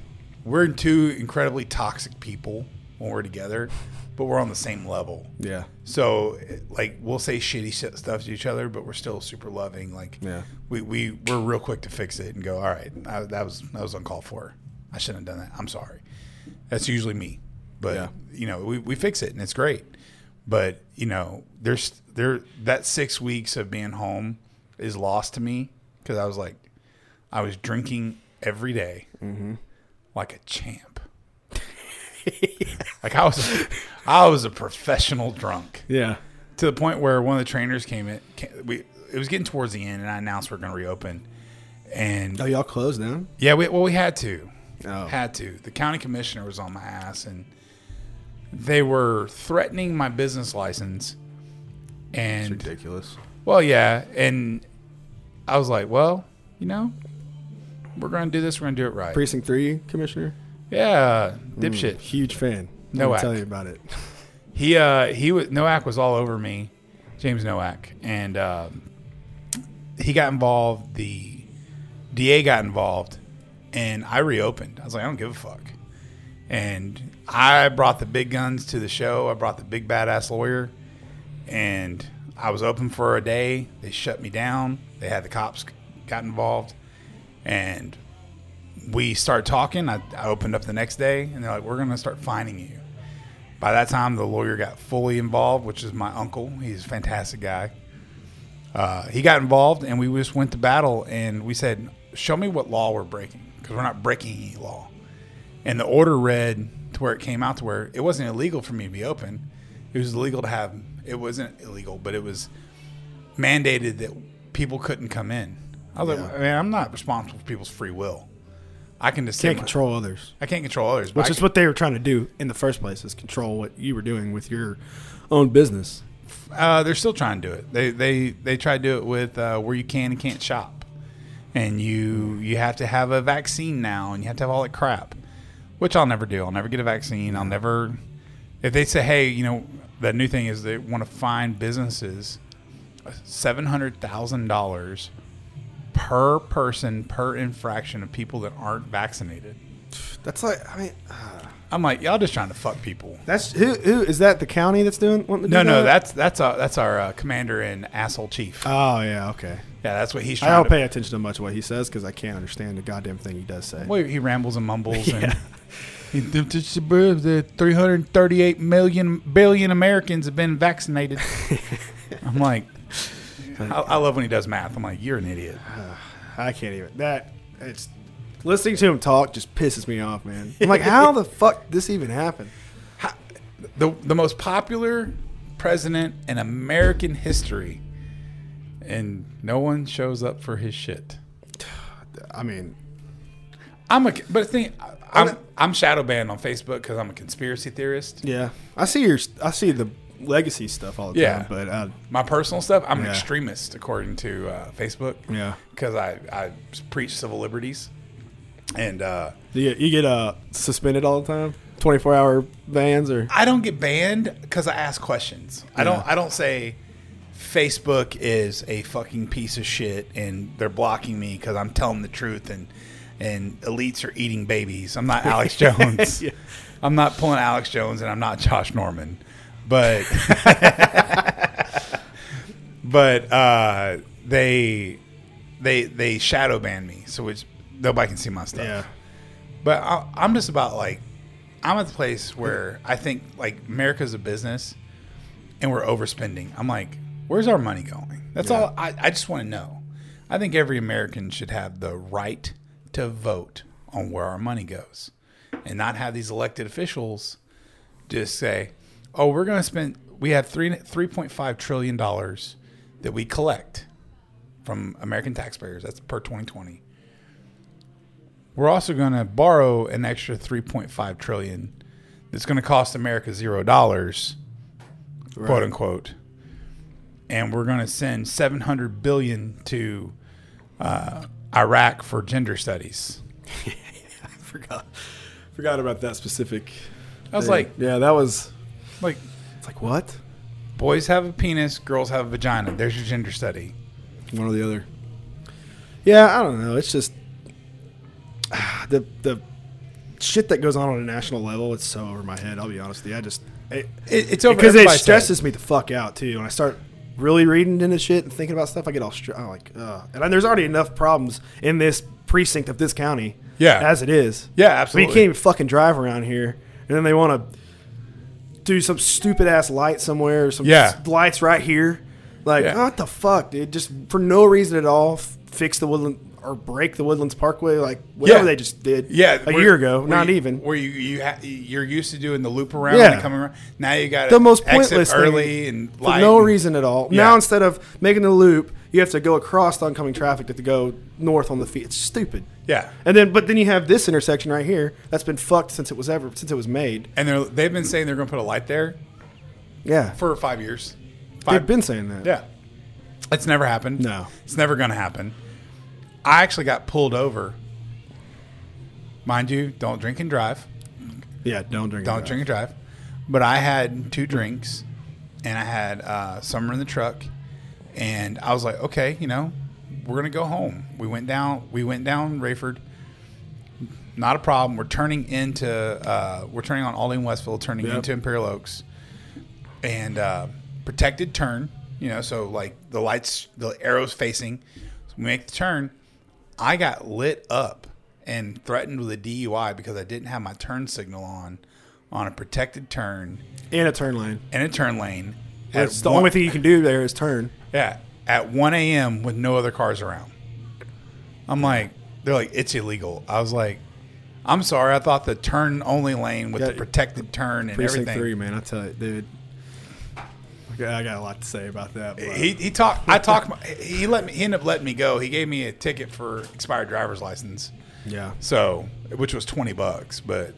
[SPEAKER 1] we're two incredibly toxic people when we're together, but we're on the same level.
[SPEAKER 2] Yeah.
[SPEAKER 1] So, like, we'll say shitty shit stuff to each other, but we're still super loving. Like,
[SPEAKER 2] Yeah.
[SPEAKER 1] we we we're real quick to fix it and go, all right, I, that was that was uncalled for. I shouldn't have done that. I'm sorry. That's usually me, but
[SPEAKER 2] Yeah.
[SPEAKER 1] you know, we we fix it and it's great. But you know, there's there that six weeks of being home is lost to me because I was like, I was drinking every day like a champ. like I was, I was a professional drunk
[SPEAKER 2] Yeah.
[SPEAKER 1] to the point where one of the trainers came in. ca- We it was getting towards the end, and I announced we're going to reopen. And
[SPEAKER 2] Oh, y'all closed down?
[SPEAKER 1] yeah, we, well, we had to,
[SPEAKER 2] Oh.
[SPEAKER 1] had to. The county commissioner was on my ass, and they were threatening my business license. And
[SPEAKER 2] ridiculous.
[SPEAKER 1] well, yeah, and I was like, well, you know, we're going to do this. We're going to do it right.
[SPEAKER 2] Precinct 3 commissioner?
[SPEAKER 1] yeah, dipshit.
[SPEAKER 2] Huge fan.
[SPEAKER 1] No
[SPEAKER 2] Let me
[SPEAKER 1] act.
[SPEAKER 2] tell you about it.
[SPEAKER 1] He uh he was Noack was all over me, James Noack, and um he got involved. The DA got involved, and I reopened. I was like, I don't give a fuck. And I brought the big guns to the show. I brought the big badass lawyer, and I was open for a day. They shut me down. They had the cops got involved, and we start talking. I, I opened up the next day, and they're like, "We're gonna start fining you." By that time, the lawyer got fully involved, which is my uncle. He's a fantastic guy. Uh, he got involved, and we just went to battle. And we said, "Show me what law we're breaking, because we're not breaking any law." And the order read to where it came out to where it wasn't illegal for me to be open. It was illegal to have. It wasn't illegal, but it was mandated that people couldn't come in I was like,
[SPEAKER 2] Yeah.
[SPEAKER 1] I mean, I'm not responsible for people's free will. I can just say
[SPEAKER 2] Can't
[SPEAKER 1] my-
[SPEAKER 2] control others,
[SPEAKER 1] I can't control others, but I
[SPEAKER 2] which is what they were trying to do in the first place is control what you were doing with your own business.
[SPEAKER 1] Uh, they're still trying to do it. They they they try to do it with uh, where you can and can't shop, and you you have to have a vaccine now, and you have to have all that crap, which I'll never do. I'll never get a vaccine. I'll never. If they say, hey, you know, the new thing is they want to find businesses seven hundred thousand dollars per person per infraction of people that aren't vaccinated.
[SPEAKER 2] That's like I mean, ah.
[SPEAKER 1] I'm like, y'all just trying to fuck people.
[SPEAKER 2] that's who who is that the county that's doing? wanting to do
[SPEAKER 1] No, no,
[SPEAKER 2] that?
[SPEAKER 1] that's that's our that's our uh, commander and asshole chief.
[SPEAKER 2] Oh yeah, okay.
[SPEAKER 1] yeah, that's what he's
[SPEAKER 2] I
[SPEAKER 1] trying.
[SPEAKER 2] don't
[SPEAKER 1] to
[SPEAKER 2] pay attention to much of what he says because I can't understand the goddamn thing he does say.
[SPEAKER 1] Well, he rambles and mumbles.
[SPEAKER 2] Yeah.
[SPEAKER 1] And the 338 million billion Americans have been vaccinated. I'm like, I, I love when he does math. I'm like, you're an idiot.
[SPEAKER 2] I can't even. That it's listening to him talk just pisses me off, man. I'm like, how the fuck this even happened?
[SPEAKER 1] The the most popular president in American history, and no one shows up for his shit.
[SPEAKER 2] I mean,
[SPEAKER 1] I'm a but the thing I'm I'm shadow banned on Facebook because I'm a conspiracy theorist.
[SPEAKER 2] yeah, I see your, I see the legacy stuff all the
[SPEAKER 1] Yeah.
[SPEAKER 2] time, but uh,
[SPEAKER 1] My personal stuff, I'm an
[SPEAKER 2] Yeah.
[SPEAKER 1] extremist according to uh, Facebook.
[SPEAKER 2] yeah,
[SPEAKER 1] because I, I preach civil liberties. And uh,
[SPEAKER 2] you get, you get uh suspended all the time, 24 hour bans or
[SPEAKER 1] I don't get banned because I ask questions. I don't I don't say Facebook is a fucking piece of shit and they're blocking me because I'm telling the truth and and elites are eating babies. I'm not Alex Jones. I'm not pulling Alex Jones and I'm not Josh Norman. But but uh, they they they shadow ban me so which nobody can see my stuff. But I, I'm just about like, I'm at the place where I think like America's a business and we're overspending. I'm like, where's our money going? That's
[SPEAKER 2] Yeah.
[SPEAKER 1] all I, I just want to know. I think every American should have the right to vote on where our money goes and not have these elected officials just say, oh, we're going to spend, we have three, $3.5 trillion that we collect from American taxpayers. That's per 2020 we're also going to borrow an extra 3.5 trillion that's going to cost america zero dollars
[SPEAKER 2] Right.
[SPEAKER 1] quote unquote and we're going to send 700 billion to uh, iraq for gender studies
[SPEAKER 2] I forgot, forgot about that specific.
[SPEAKER 1] i was like
[SPEAKER 2] yeah, that was.
[SPEAKER 1] like
[SPEAKER 2] It's like what?
[SPEAKER 1] boys have a penis girls have a vagina there's your gender study
[SPEAKER 2] one or the other. Yeah, I don't know. It's just ah, the the shit that goes on on a national level. It's so over my head. I'll be honest with you. I just it,
[SPEAKER 1] it, it's over
[SPEAKER 2] because it
[SPEAKER 1] everybody's head.
[SPEAKER 2] stresses me the fuck out too. When I start really reading into shit and thinking about stuff, I get all stre- I'm like, uh, and I- there's already enough problems in this precinct of this county.
[SPEAKER 1] Yeah.
[SPEAKER 2] as it is.
[SPEAKER 1] yeah
[SPEAKER 2] I mean, you
[SPEAKER 1] absolutely
[SPEAKER 2] can't even fucking drive around here, and then they want to do some stupid ass light somewhere, or some
[SPEAKER 1] Yeah.
[SPEAKER 2] s- lights right here. Like,
[SPEAKER 1] Yeah.
[SPEAKER 2] what the fuck, dude? Just for no reason at all, f- fix the woodland or break the Woodlands Parkway, like whatever
[SPEAKER 1] Yeah.
[SPEAKER 2] they just did,
[SPEAKER 1] yeah,
[SPEAKER 2] a
[SPEAKER 1] where-
[SPEAKER 2] year ago,
[SPEAKER 1] where
[SPEAKER 2] not
[SPEAKER 1] you-
[SPEAKER 2] even.
[SPEAKER 1] where you you ha- you're used to doing the loop around
[SPEAKER 2] Yeah.
[SPEAKER 1] and coming around. Now you got
[SPEAKER 2] The most pointless thing,
[SPEAKER 1] early and
[SPEAKER 2] for
[SPEAKER 1] light
[SPEAKER 2] no
[SPEAKER 1] and-
[SPEAKER 2] reason at all.
[SPEAKER 1] Yeah.
[SPEAKER 2] Now instead of making the loop, you have to go across the oncoming traffic to go north on the feet. It's stupid.
[SPEAKER 1] Yeah,
[SPEAKER 2] And then, but then you have this intersection right here that's been fucked since it was ever since it was made.
[SPEAKER 1] And they're, they've been saying they're going to put a light there
[SPEAKER 2] Yeah,
[SPEAKER 1] for five years.
[SPEAKER 2] they've
[SPEAKER 1] Five,
[SPEAKER 2] been saying that.
[SPEAKER 1] yeah. It's never happened.
[SPEAKER 2] No.
[SPEAKER 1] It's never going to happen. I actually got pulled over. Mind you, don't drink and drive.
[SPEAKER 2] Yeah, don't drink.
[SPEAKER 1] Don't drink and drive. But I had two drinks and I had uh, summer in the truck. And I was like, okay, you know, we're going to go home. We went down, we went down Rayford. Not a problem. We're turning into, uh, we're turning on Aldine Westville, turning
[SPEAKER 2] Yep.
[SPEAKER 1] into Imperial Oaks. And uh, protected turn, you know, so like the lights, the arrows facing. So we make the turn. I got lit up and threatened with a DUI because I didn't have my turn signal on on a protected turn
[SPEAKER 2] in a turn lane.
[SPEAKER 1] in a turn lane. at
[SPEAKER 2] That's the
[SPEAKER 1] one-
[SPEAKER 2] only thing you can do there is turn.
[SPEAKER 1] Yeah, at 1 a.m. with no other cars around. I'm like, they're like, it's illegal. I was like, I'm sorry. I thought the turn only lane with
[SPEAKER 2] Yeah,
[SPEAKER 1] the protected turn and
[SPEAKER 2] Precinct
[SPEAKER 1] everything.
[SPEAKER 2] three, man. I tell you, dude. Okay, I got a lot to say about that. but-
[SPEAKER 1] He, he talked. I talked. my- He let me. He ended up letting me go. He gave me a ticket for expired driver's license.
[SPEAKER 2] yeah.
[SPEAKER 1] So, which was twenty bucks, but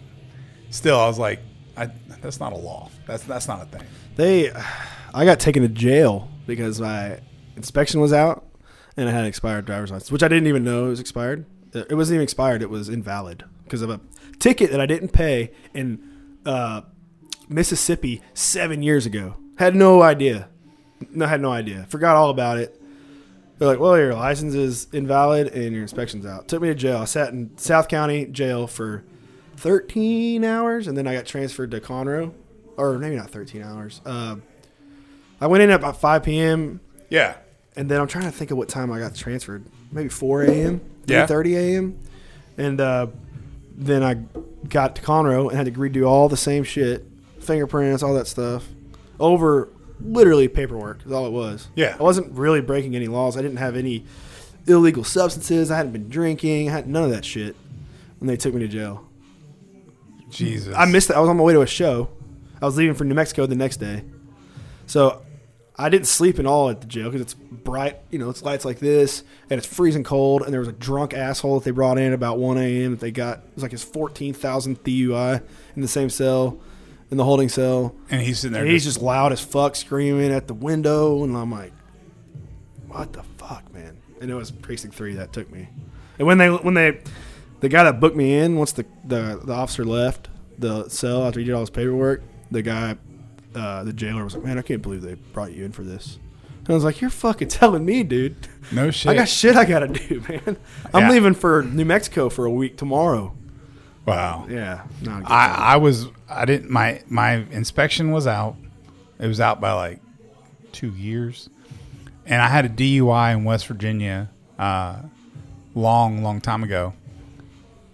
[SPEAKER 1] still, I was like, I, that's not a law. That's that's not a thing.
[SPEAKER 2] They, I got taken to jail because my inspection was out and I had an expired driver's license, which I didn't even know it was expired. Uh, It wasn't even expired; it was invalid because of a ticket that I didn't pay in uh, Mississippi seven years ago. Had no idea. No, had no idea. Forgot all about it. They're like, "Well, your license is invalid and your inspection's out." Took me to jail. I sat in South County jail for 13 hours, and then I got transferred to Conroe, or maybe not 13 hours. Uh, I went in at about 5 p.m.,
[SPEAKER 1] Yeah,
[SPEAKER 2] and then I'm trying to think of what time I got transferred. Maybe 4 a.m.,
[SPEAKER 1] Yeah.
[SPEAKER 2] 3:30 a.m., and uh, then I got to Conroe and had to redo all the same shit, fingerprints, all that stuff, over literally paperwork is all it was.
[SPEAKER 1] Yeah.
[SPEAKER 2] I wasn't really breaking any laws. I didn't have any illegal substances. I hadn't been drinking. I had none of that shit, and they took me to jail.
[SPEAKER 1] Jesus.
[SPEAKER 2] I missed it. I was on my way to a show. I was leaving for New Mexico the next day, so I didn't sleep at all at the jail because it's bright. You know, it's lights like this, and it's freezing cold. And there was a drunk asshole that they brought in about 1 a.m. That they got it was like his 14,000th DUI in the same cell, in the holding cell.
[SPEAKER 1] and he's sitting there.
[SPEAKER 2] And he's just loud as fuck, screaming at the window, and I'm like, "What the fuck, man?" And it was precinct three that took me. And when they when they the guy that booked me in, once the the, the officer left the cell after he did all his paperwork, the guy, uh, the jailer was like, "Man, I can't believe they brought you in for this." And I was like, "You're fucking telling me, dude.
[SPEAKER 1] no shit.
[SPEAKER 2] I got shit I gotta do, man. I'm
[SPEAKER 1] Yeah.
[SPEAKER 2] leaving for New Mexico for a week tomorrow.
[SPEAKER 1] wow.
[SPEAKER 2] Yeah, not a good time.
[SPEAKER 1] I I was I didn't my my inspection was out. It was out by like two years, and I had a DUI in West Virginia, uh, long long time ago,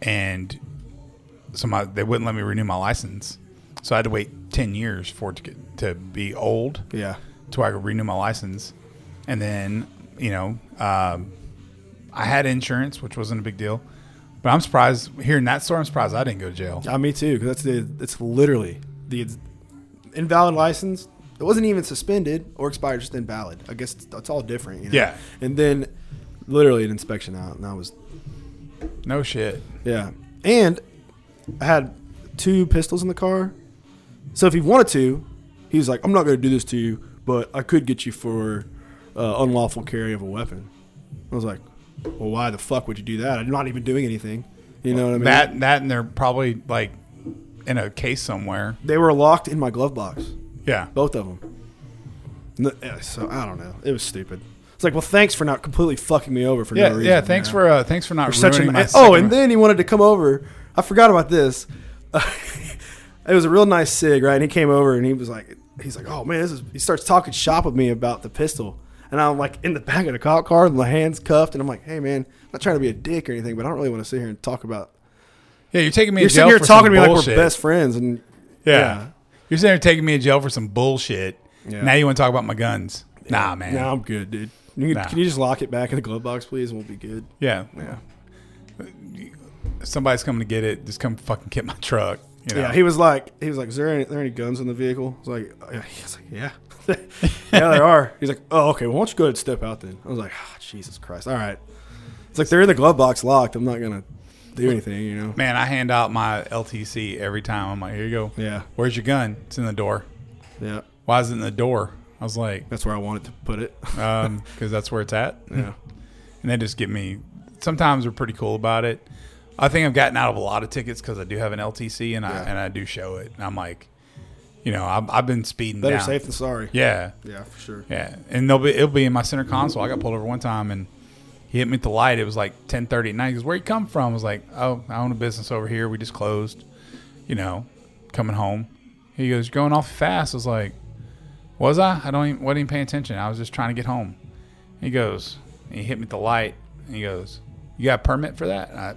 [SPEAKER 1] and so my they wouldn't let me renew my license, so I had to wait ten years for it to get to be old
[SPEAKER 2] yeah,
[SPEAKER 1] till I could renew my license, and then you know um, I had insurance, which wasn't a big deal. But I'm surprised hearing that story. I'm surprised I didn't go to jail.
[SPEAKER 2] Uh, me too, because that's the it's literally the invalid license. It wasn't even suspended or expired, just invalid. I guess it's, it's all different. You know?
[SPEAKER 1] Yeah.
[SPEAKER 2] And then, literally an inspection out, and I was
[SPEAKER 1] No shit.
[SPEAKER 2] yeah. And I had two pistols in the car, so if he wanted to, he was like, "I'm not going to do this to you, but I could get you for uh, unlawful carry of a weapon." I was like, "Well, why the fuck would you do that? I'm not even doing anything." You know what I mean?
[SPEAKER 1] That that and they're probably like in a case somewhere.
[SPEAKER 2] they were locked in my glove box.
[SPEAKER 1] Yeah.
[SPEAKER 2] Both of them. No, yeah, so I don't know. It was stupid. It's like, well, thanks for not completely fucking me over for
[SPEAKER 1] Yeah,
[SPEAKER 2] no reason.
[SPEAKER 1] yeah. Thanks
[SPEAKER 2] you know?
[SPEAKER 1] for uh, thanks for not
[SPEAKER 2] such
[SPEAKER 1] ruining
[SPEAKER 2] an.
[SPEAKER 1] my
[SPEAKER 2] oh,
[SPEAKER 1] second-
[SPEAKER 2] and then he wanted to come over. I forgot about this. it was a real nice sig, right? And he came over and he was like, he's like, oh man, this is. He starts talking shop with me about the pistol, and I'm like in the back of the cop car, with my hands cuffed, and I'm like, hey man, I'm not trying to be a dick or anything, but I don't really want to sit here and talk about.
[SPEAKER 1] yeah, you're taking me.
[SPEAKER 2] You're
[SPEAKER 1] to jail
[SPEAKER 2] sitting here
[SPEAKER 1] for some
[SPEAKER 2] talking to me like
[SPEAKER 1] bullshit.
[SPEAKER 2] we're best friends, and
[SPEAKER 1] Yeah.
[SPEAKER 2] yeah.
[SPEAKER 1] you're sitting here taking me to jail for some bullshit.
[SPEAKER 2] Yeah.
[SPEAKER 1] Now you want to talk about my guns? Nah, man.
[SPEAKER 2] No, I'm good, dude. You can,
[SPEAKER 1] Nah.
[SPEAKER 2] can you just lock it back in the glove box, please, and we'll be good.
[SPEAKER 1] Yeah,
[SPEAKER 2] Yeah.
[SPEAKER 1] If somebody's coming to get it. Just come fucking get my truck. You know?
[SPEAKER 2] Yeah. He was like, he was like, is there any, there any guns in the vehicle? I was like, yeah. He was like, yeah. yeah, there are. He's like, oh, okay. Well, why don't you go ahead and step out then? I was like, ah, Jesus Christ. All right. It's like they're in the glove box locked. I'm not gonna do anything, you know.
[SPEAKER 1] man, I hand out my LTC every time. I'm like, here you go.
[SPEAKER 2] Yeah.
[SPEAKER 1] Where's your gun? It's in the door.
[SPEAKER 2] Yeah.
[SPEAKER 1] Why is it in the door? I was like,
[SPEAKER 2] That's where I wanted to put it.
[SPEAKER 1] because that's where it's at.
[SPEAKER 2] Yeah.
[SPEAKER 1] and they just get me. Sometimes they're pretty cool about it. I think I've gotten out of a lot of tickets because I do have an LTC and I
[SPEAKER 2] Yeah.
[SPEAKER 1] and I do show it. And I'm like, you know, I've, I've been speeding
[SPEAKER 2] Better
[SPEAKER 1] down.
[SPEAKER 2] safe than sorry.
[SPEAKER 1] Yeah,
[SPEAKER 2] Yeah, for sure.
[SPEAKER 1] yeah, and they'll be it'll be in my center console. I got pulled over one time and he hit me at the light. It was like 10:30 at night. He goes, "Where you come from?" I was like, "Oh, I own a business over here. We just closed." You know, coming home. He goes, "You're going off fast." I was like, "Was I? I don't even wasn't even paying attention. I was just trying to get home." He goes, and he hit me at the light, and he goes, "You got a permit for that?" And I,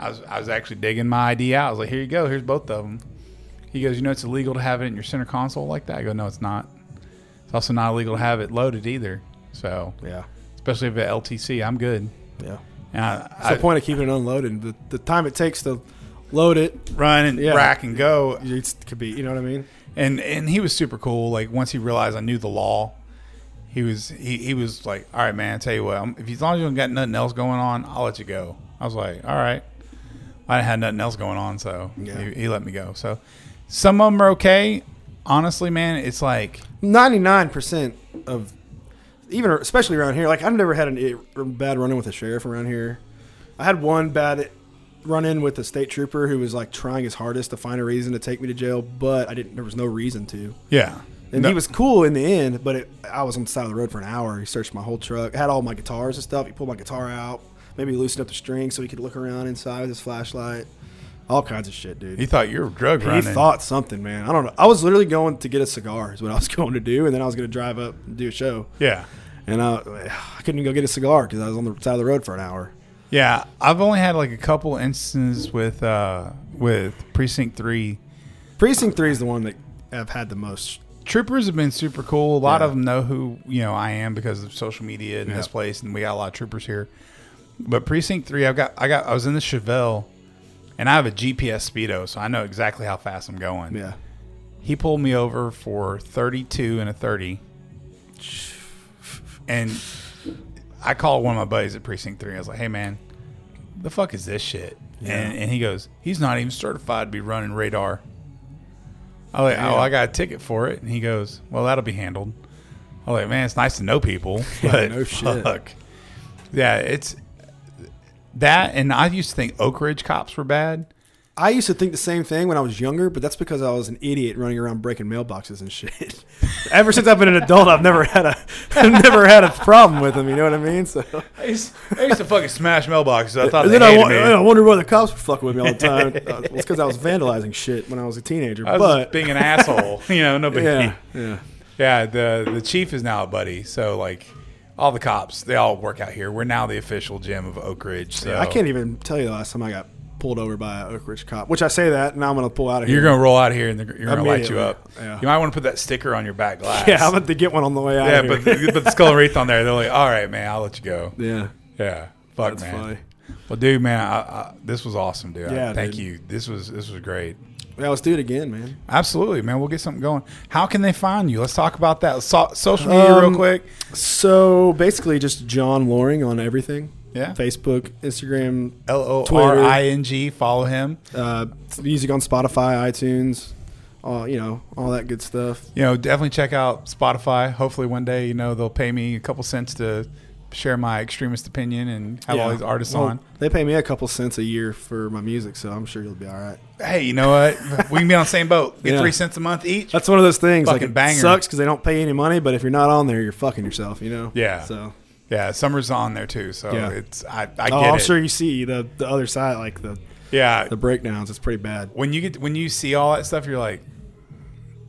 [SPEAKER 1] I was I was actually digging my ID out. I was like, "Here you go. Here's both of them." He goes, "You know it's illegal to have it in your center console like that." I go, "No, it's not. It's also not illegal to have it loaded either. So,
[SPEAKER 2] Yeah.
[SPEAKER 1] especially if it's LTC, I'm good."
[SPEAKER 2] Yeah.
[SPEAKER 1] And I,
[SPEAKER 2] It's
[SPEAKER 1] I
[SPEAKER 2] the point of keeping it unloaded. The, the time it takes to load it,
[SPEAKER 1] run and
[SPEAKER 2] Yeah.
[SPEAKER 1] rack and go,
[SPEAKER 2] it could be. You know what I mean?
[SPEAKER 1] and and he was super cool. Like once he realized I knew the law, he was he, he was like, all right, man, I tell you what, I'm- if you- as long as you don't got nothing else going on, I'll let you go. I was like, all right. I didn't had nothing else going on, so
[SPEAKER 2] Yeah.
[SPEAKER 1] he, he let me go. So some of them are okay. Honestly, man, it's like
[SPEAKER 2] Ninety nine percent of even especially around here. Like I've never had a bad run in with a sheriff around here. I had one bad run in with a state trooper who was like trying his hardest to find a reason to take me to jail, but I didn't. There was no reason to.
[SPEAKER 1] yeah,
[SPEAKER 2] And
[SPEAKER 1] No-
[SPEAKER 2] he was cool in the end, but it, I was on the side of the road for an hour. He searched my whole truck, had all my guitars and stuff. He pulled my guitar out, maybe loosened up the string so he could look around inside with his flashlight. All kinds of shit, dude.
[SPEAKER 1] he thought you were drug
[SPEAKER 2] He
[SPEAKER 1] running.
[SPEAKER 2] thought something, man. I don't know. I was literally going to get a cigar, is what I was going to do, and then I was going to drive up and do a show.
[SPEAKER 1] yeah,
[SPEAKER 2] And I, I couldn't go get a cigar because I was on the side of the road for an hour.
[SPEAKER 1] Yeah, I've only had like a couple instances with uh with precinct three.
[SPEAKER 2] Precinct three is the one that I've had the most.
[SPEAKER 1] Troopers have been super cool. A lot
[SPEAKER 2] Yeah.
[SPEAKER 1] of them know who you know I am because of social media and this
[SPEAKER 2] Yeah.
[SPEAKER 1] place, and we got a lot of troopers here. But precinct three, I've got I got I was in the Chevelle, and I have a GPS speedo, so I know exactly how fast I'm going.
[SPEAKER 2] Yeah,
[SPEAKER 1] He pulled me over for 32 and a 30. And I called one of my buddies at Precinct 3. I was like, hey, man, the fuck is this shit? And, and he goes, he's not even certified to be running radar. I was like, oh, I got a ticket for it. And he goes, well, that'll be handled. I was like, man, it's nice to know people, but
[SPEAKER 2] no shit.
[SPEAKER 1] fuck. Yeah, it's that. And I used to think Oak Ridge cops were bad.
[SPEAKER 2] I used to think the same thing when I was younger, but that's because I was an idiot running around breaking mailboxes and shit. Ever since I've been an adult, I've never had a, I've never had a problem with them. You know what I mean? So
[SPEAKER 1] I used, I used to fucking smash mailboxes. I thought
[SPEAKER 2] And
[SPEAKER 1] they
[SPEAKER 2] then I,
[SPEAKER 1] hated
[SPEAKER 2] wa-
[SPEAKER 1] me.
[SPEAKER 2] I wonder why the cops were fucking with me all the time. Uh, it's because I was vandalizing shit when I was a teenager.
[SPEAKER 1] I was
[SPEAKER 2] but
[SPEAKER 1] just being an asshole. You know, no big
[SPEAKER 2] yeah,
[SPEAKER 1] deal.
[SPEAKER 2] yeah.
[SPEAKER 1] Yeah, the the chief is now a buddy. So like all the cops, they all work out here. We're now the official gym of Oak Ridge. So
[SPEAKER 2] I can't even tell you the last time I got pulled over by an Oak Ridge cop. Which I say that, and I'm gonna pull out of
[SPEAKER 1] You're
[SPEAKER 2] here.
[SPEAKER 1] gonna roll out here and they're- you're gonna light you
[SPEAKER 2] Immediately,
[SPEAKER 1] up.
[SPEAKER 2] yeah.
[SPEAKER 1] You might want to put that sticker on your back glass.
[SPEAKER 2] yeah, I'm about to get one on the way out.
[SPEAKER 1] yeah,
[SPEAKER 2] of
[SPEAKER 1] but
[SPEAKER 2] here.
[SPEAKER 1] but the skull and wreath on there. They're like, all right, man, I'll let you go.
[SPEAKER 2] yeah,
[SPEAKER 1] Yeah, fuck,
[SPEAKER 2] that's
[SPEAKER 1] man.
[SPEAKER 2] funny.
[SPEAKER 1] Well, dude, man, I, I, this was awesome, dude.
[SPEAKER 2] Yeah,
[SPEAKER 1] thank
[SPEAKER 2] dude.
[SPEAKER 1] you. This was this was great.
[SPEAKER 2] Yeah, let's do it again, man.
[SPEAKER 1] Absolutely, man. We'll get something going. How can they find you? Let's talk about that. So, social media, real
[SPEAKER 2] Um,
[SPEAKER 1] quick.
[SPEAKER 2] So basically, just John Loring on everything.
[SPEAKER 1] Yeah.
[SPEAKER 2] Facebook, Instagram,
[SPEAKER 1] L O R I N G. Follow him.
[SPEAKER 2] uh, music on Spotify, iTunes, all you know, all that good stuff.
[SPEAKER 1] You know, definitely check out Spotify. Hopefully, one day, you know, they'll pay me a couple cents to share my extremist opinion and have all
[SPEAKER 2] Yeah.
[SPEAKER 1] these artists
[SPEAKER 2] Well,
[SPEAKER 1] on.
[SPEAKER 2] They pay me a couple cents a year for my music, so I'm sure you'll be all right.
[SPEAKER 1] Hey, you know what? we can be on the same boat. Get
[SPEAKER 2] Yeah.
[SPEAKER 1] three cents a month each.
[SPEAKER 2] That's one of those things.
[SPEAKER 1] Fucking
[SPEAKER 2] like, it
[SPEAKER 1] banger.
[SPEAKER 2] sucks because they don't pay any money, but if you're not on there, you're fucking yourself. You know.
[SPEAKER 1] Yeah.
[SPEAKER 2] So.
[SPEAKER 1] yeah, Summer's on there too, so
[SPEAKER 2] Yeah.
[SPEAKER 1] it's I, I get
[SPEAKER 2] Oh, I'm
[SPEAKER 1] it.
[SPEAKER 2] sure you see the the other side, like the
[SPEAKER 1] yeah,
[SPEAKER 2] the breakdowns. It's pretty bad.
[SPEAKER 1] when you get when you see all that stuff, you're like,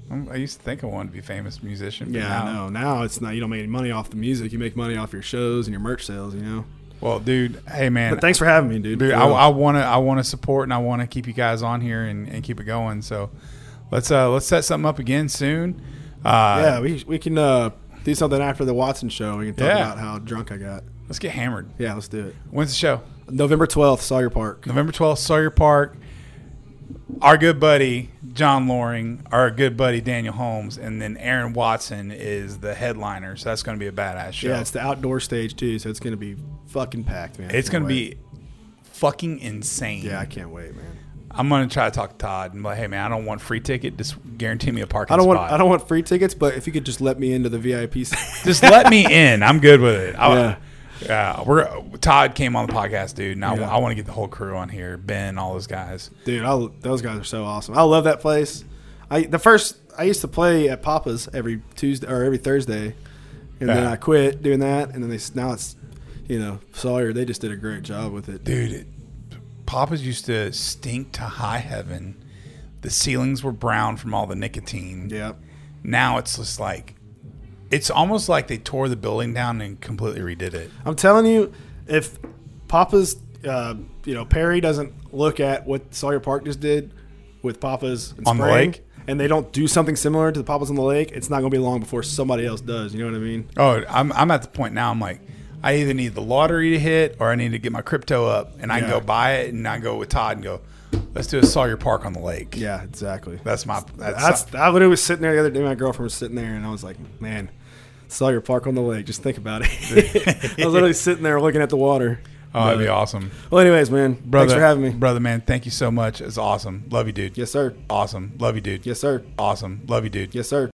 [SPEAKER 1] "Mm, I used to think I wanted to be a famous musician. but
[SPEAKER 2] Yeah,
[SPEAKER 1] now-
[SPEAKER 2] I know. Now it's not. You don't make any money off the music. You make money off your shows and your merch sales. You know.
[SPEAKER 1] Well, dude, hey man,
[SPEAKER 2] But thanks for having me, dude.
[SPEAKER 1] Dude,
[SPEAKER 2] For
[SPEAKER 1] I,
[SPEAKER 2] real.
[SPEAKER 1] I want to I want to support and I want to keep you guys on here and, and keep it going. So let's uh let's set something up again soon. Uh,
[SPEAKER 2] yeah, we we can uh, do something after the Watson show. We can talk
[SPEAKER 1] Yeah.
[SPEAKER 2] about how drunk I got.
[SPEAKER 1] Let's get hammered.
[SPEAKER 2] Yeah, let's do it.
[SPEAKER 1] When's the show?
[SPEAKER 2] November twelfth, Sawyer Park.
[SPEAKER 1] November twelfth, Sawyer Park. Our good buddy John Loring, our good buddy Daniel Holmes, and then Aaron Watson is the headliner. So that's going to be a badass show.
[SPEAKER 2] Yeah, it's the outdoor stage too, so it's gonna be fucking packed, man. I
[SPEAKER 1] it's
[SPEAKER 2] can't
[SPEAKER 1] going to
[SPEAKER 2] wait.
[SPEAKER 1] be fucking insane.
[SPEAKER 2] Yeah, I can't wait, man.
[SPEAKER 1] I'm going to try to talk to Todd and be like, hey man, I don't want free ticket. Just guarantee me a parking.
[SPEAKER 2] I don't want
[SPEAKER 1] spot."
[SPEAKER 2] I don't want free tickets, but if you could just let me into the VIP, section.
[SPEAKER 1] just let me in. I'm good with it. I,
[SPEAKER 2] Yeah.
[SPEAKER 1] yeah. we're Todd came on the podcast, dude, and I,
[SPEAKER 2] Yeah.
[SPEAKER 1] want to get the whole crew on here. Ben, all those guys.
[SPEAKER 2] dude, I, those guys are so awesome. I love that place. I the first I used to play at Papa's every Tuesday or every Thursday, and then
[SPEAKER 1] Yeah.
[SPEAKER 2] I quit doing that, and then they s- now it's you know Sawyer. They just did a great job with it.
[SPEAKER 1] Dude, it, Papa's used to stink to high heaven. The ceilings were brown from all the nicotine.
[SPEAKER 2] Yeah,
[SPEAKER 1] Now it's just like it's almost like they tore the building down and completely redid it.
[SPEAKER 2] I'm telling you, if Papa's, uh, you know, Perry doesn't look at what Sawyer Park just did with Papa's in
[SPEAKER 1] On the
[SPEAKER 2] spring,
[SPEAKER 1] lake?
[SPEAKER 2] and they don't do something similar to the Papa's on the lake, it's not going to be long before somebody else does. You know what I mean?
[SPEAKER 1] Oh, I'm I'm at the point now. I'm like, I either need the lottery to hit or I need to get my crypto up, and I can
[SPEAKER 2] Yeah.
[SPEAKER 1] go buy it, and I go with Todd and go. Let's do a Sawyer Park on the lake.
[SPEAKER 2] Yeah, exactly.
[SPEAKER 1] That's my. That's,
[SPEAKER 2] That's, I literally was sitting there the other day. My girlfriend was sitting there, and I was like, "Man, Sawyer Park on the lake. Just think about it." I was literally sitting there looking at the water.
[SPEAKER 1] oh, that'd be awesome,
[SPEAKER 2] Well, anyways, man,
[SPEAKER 1] brother.
[SPEAKER 2] thanks for having me.
[SPEAKER 1] brother man. Thank you so much. It's awesome. Love you, dude.
[SPEAKER 2] Yes, sir.
[SPEAKER 1] Awesome. Love you, dude.
[SPEAKER 2] Yes, sir.
[SPEAKER 1] Awesome. Love you, dude.
[SPEAKER 2] Yes, sir.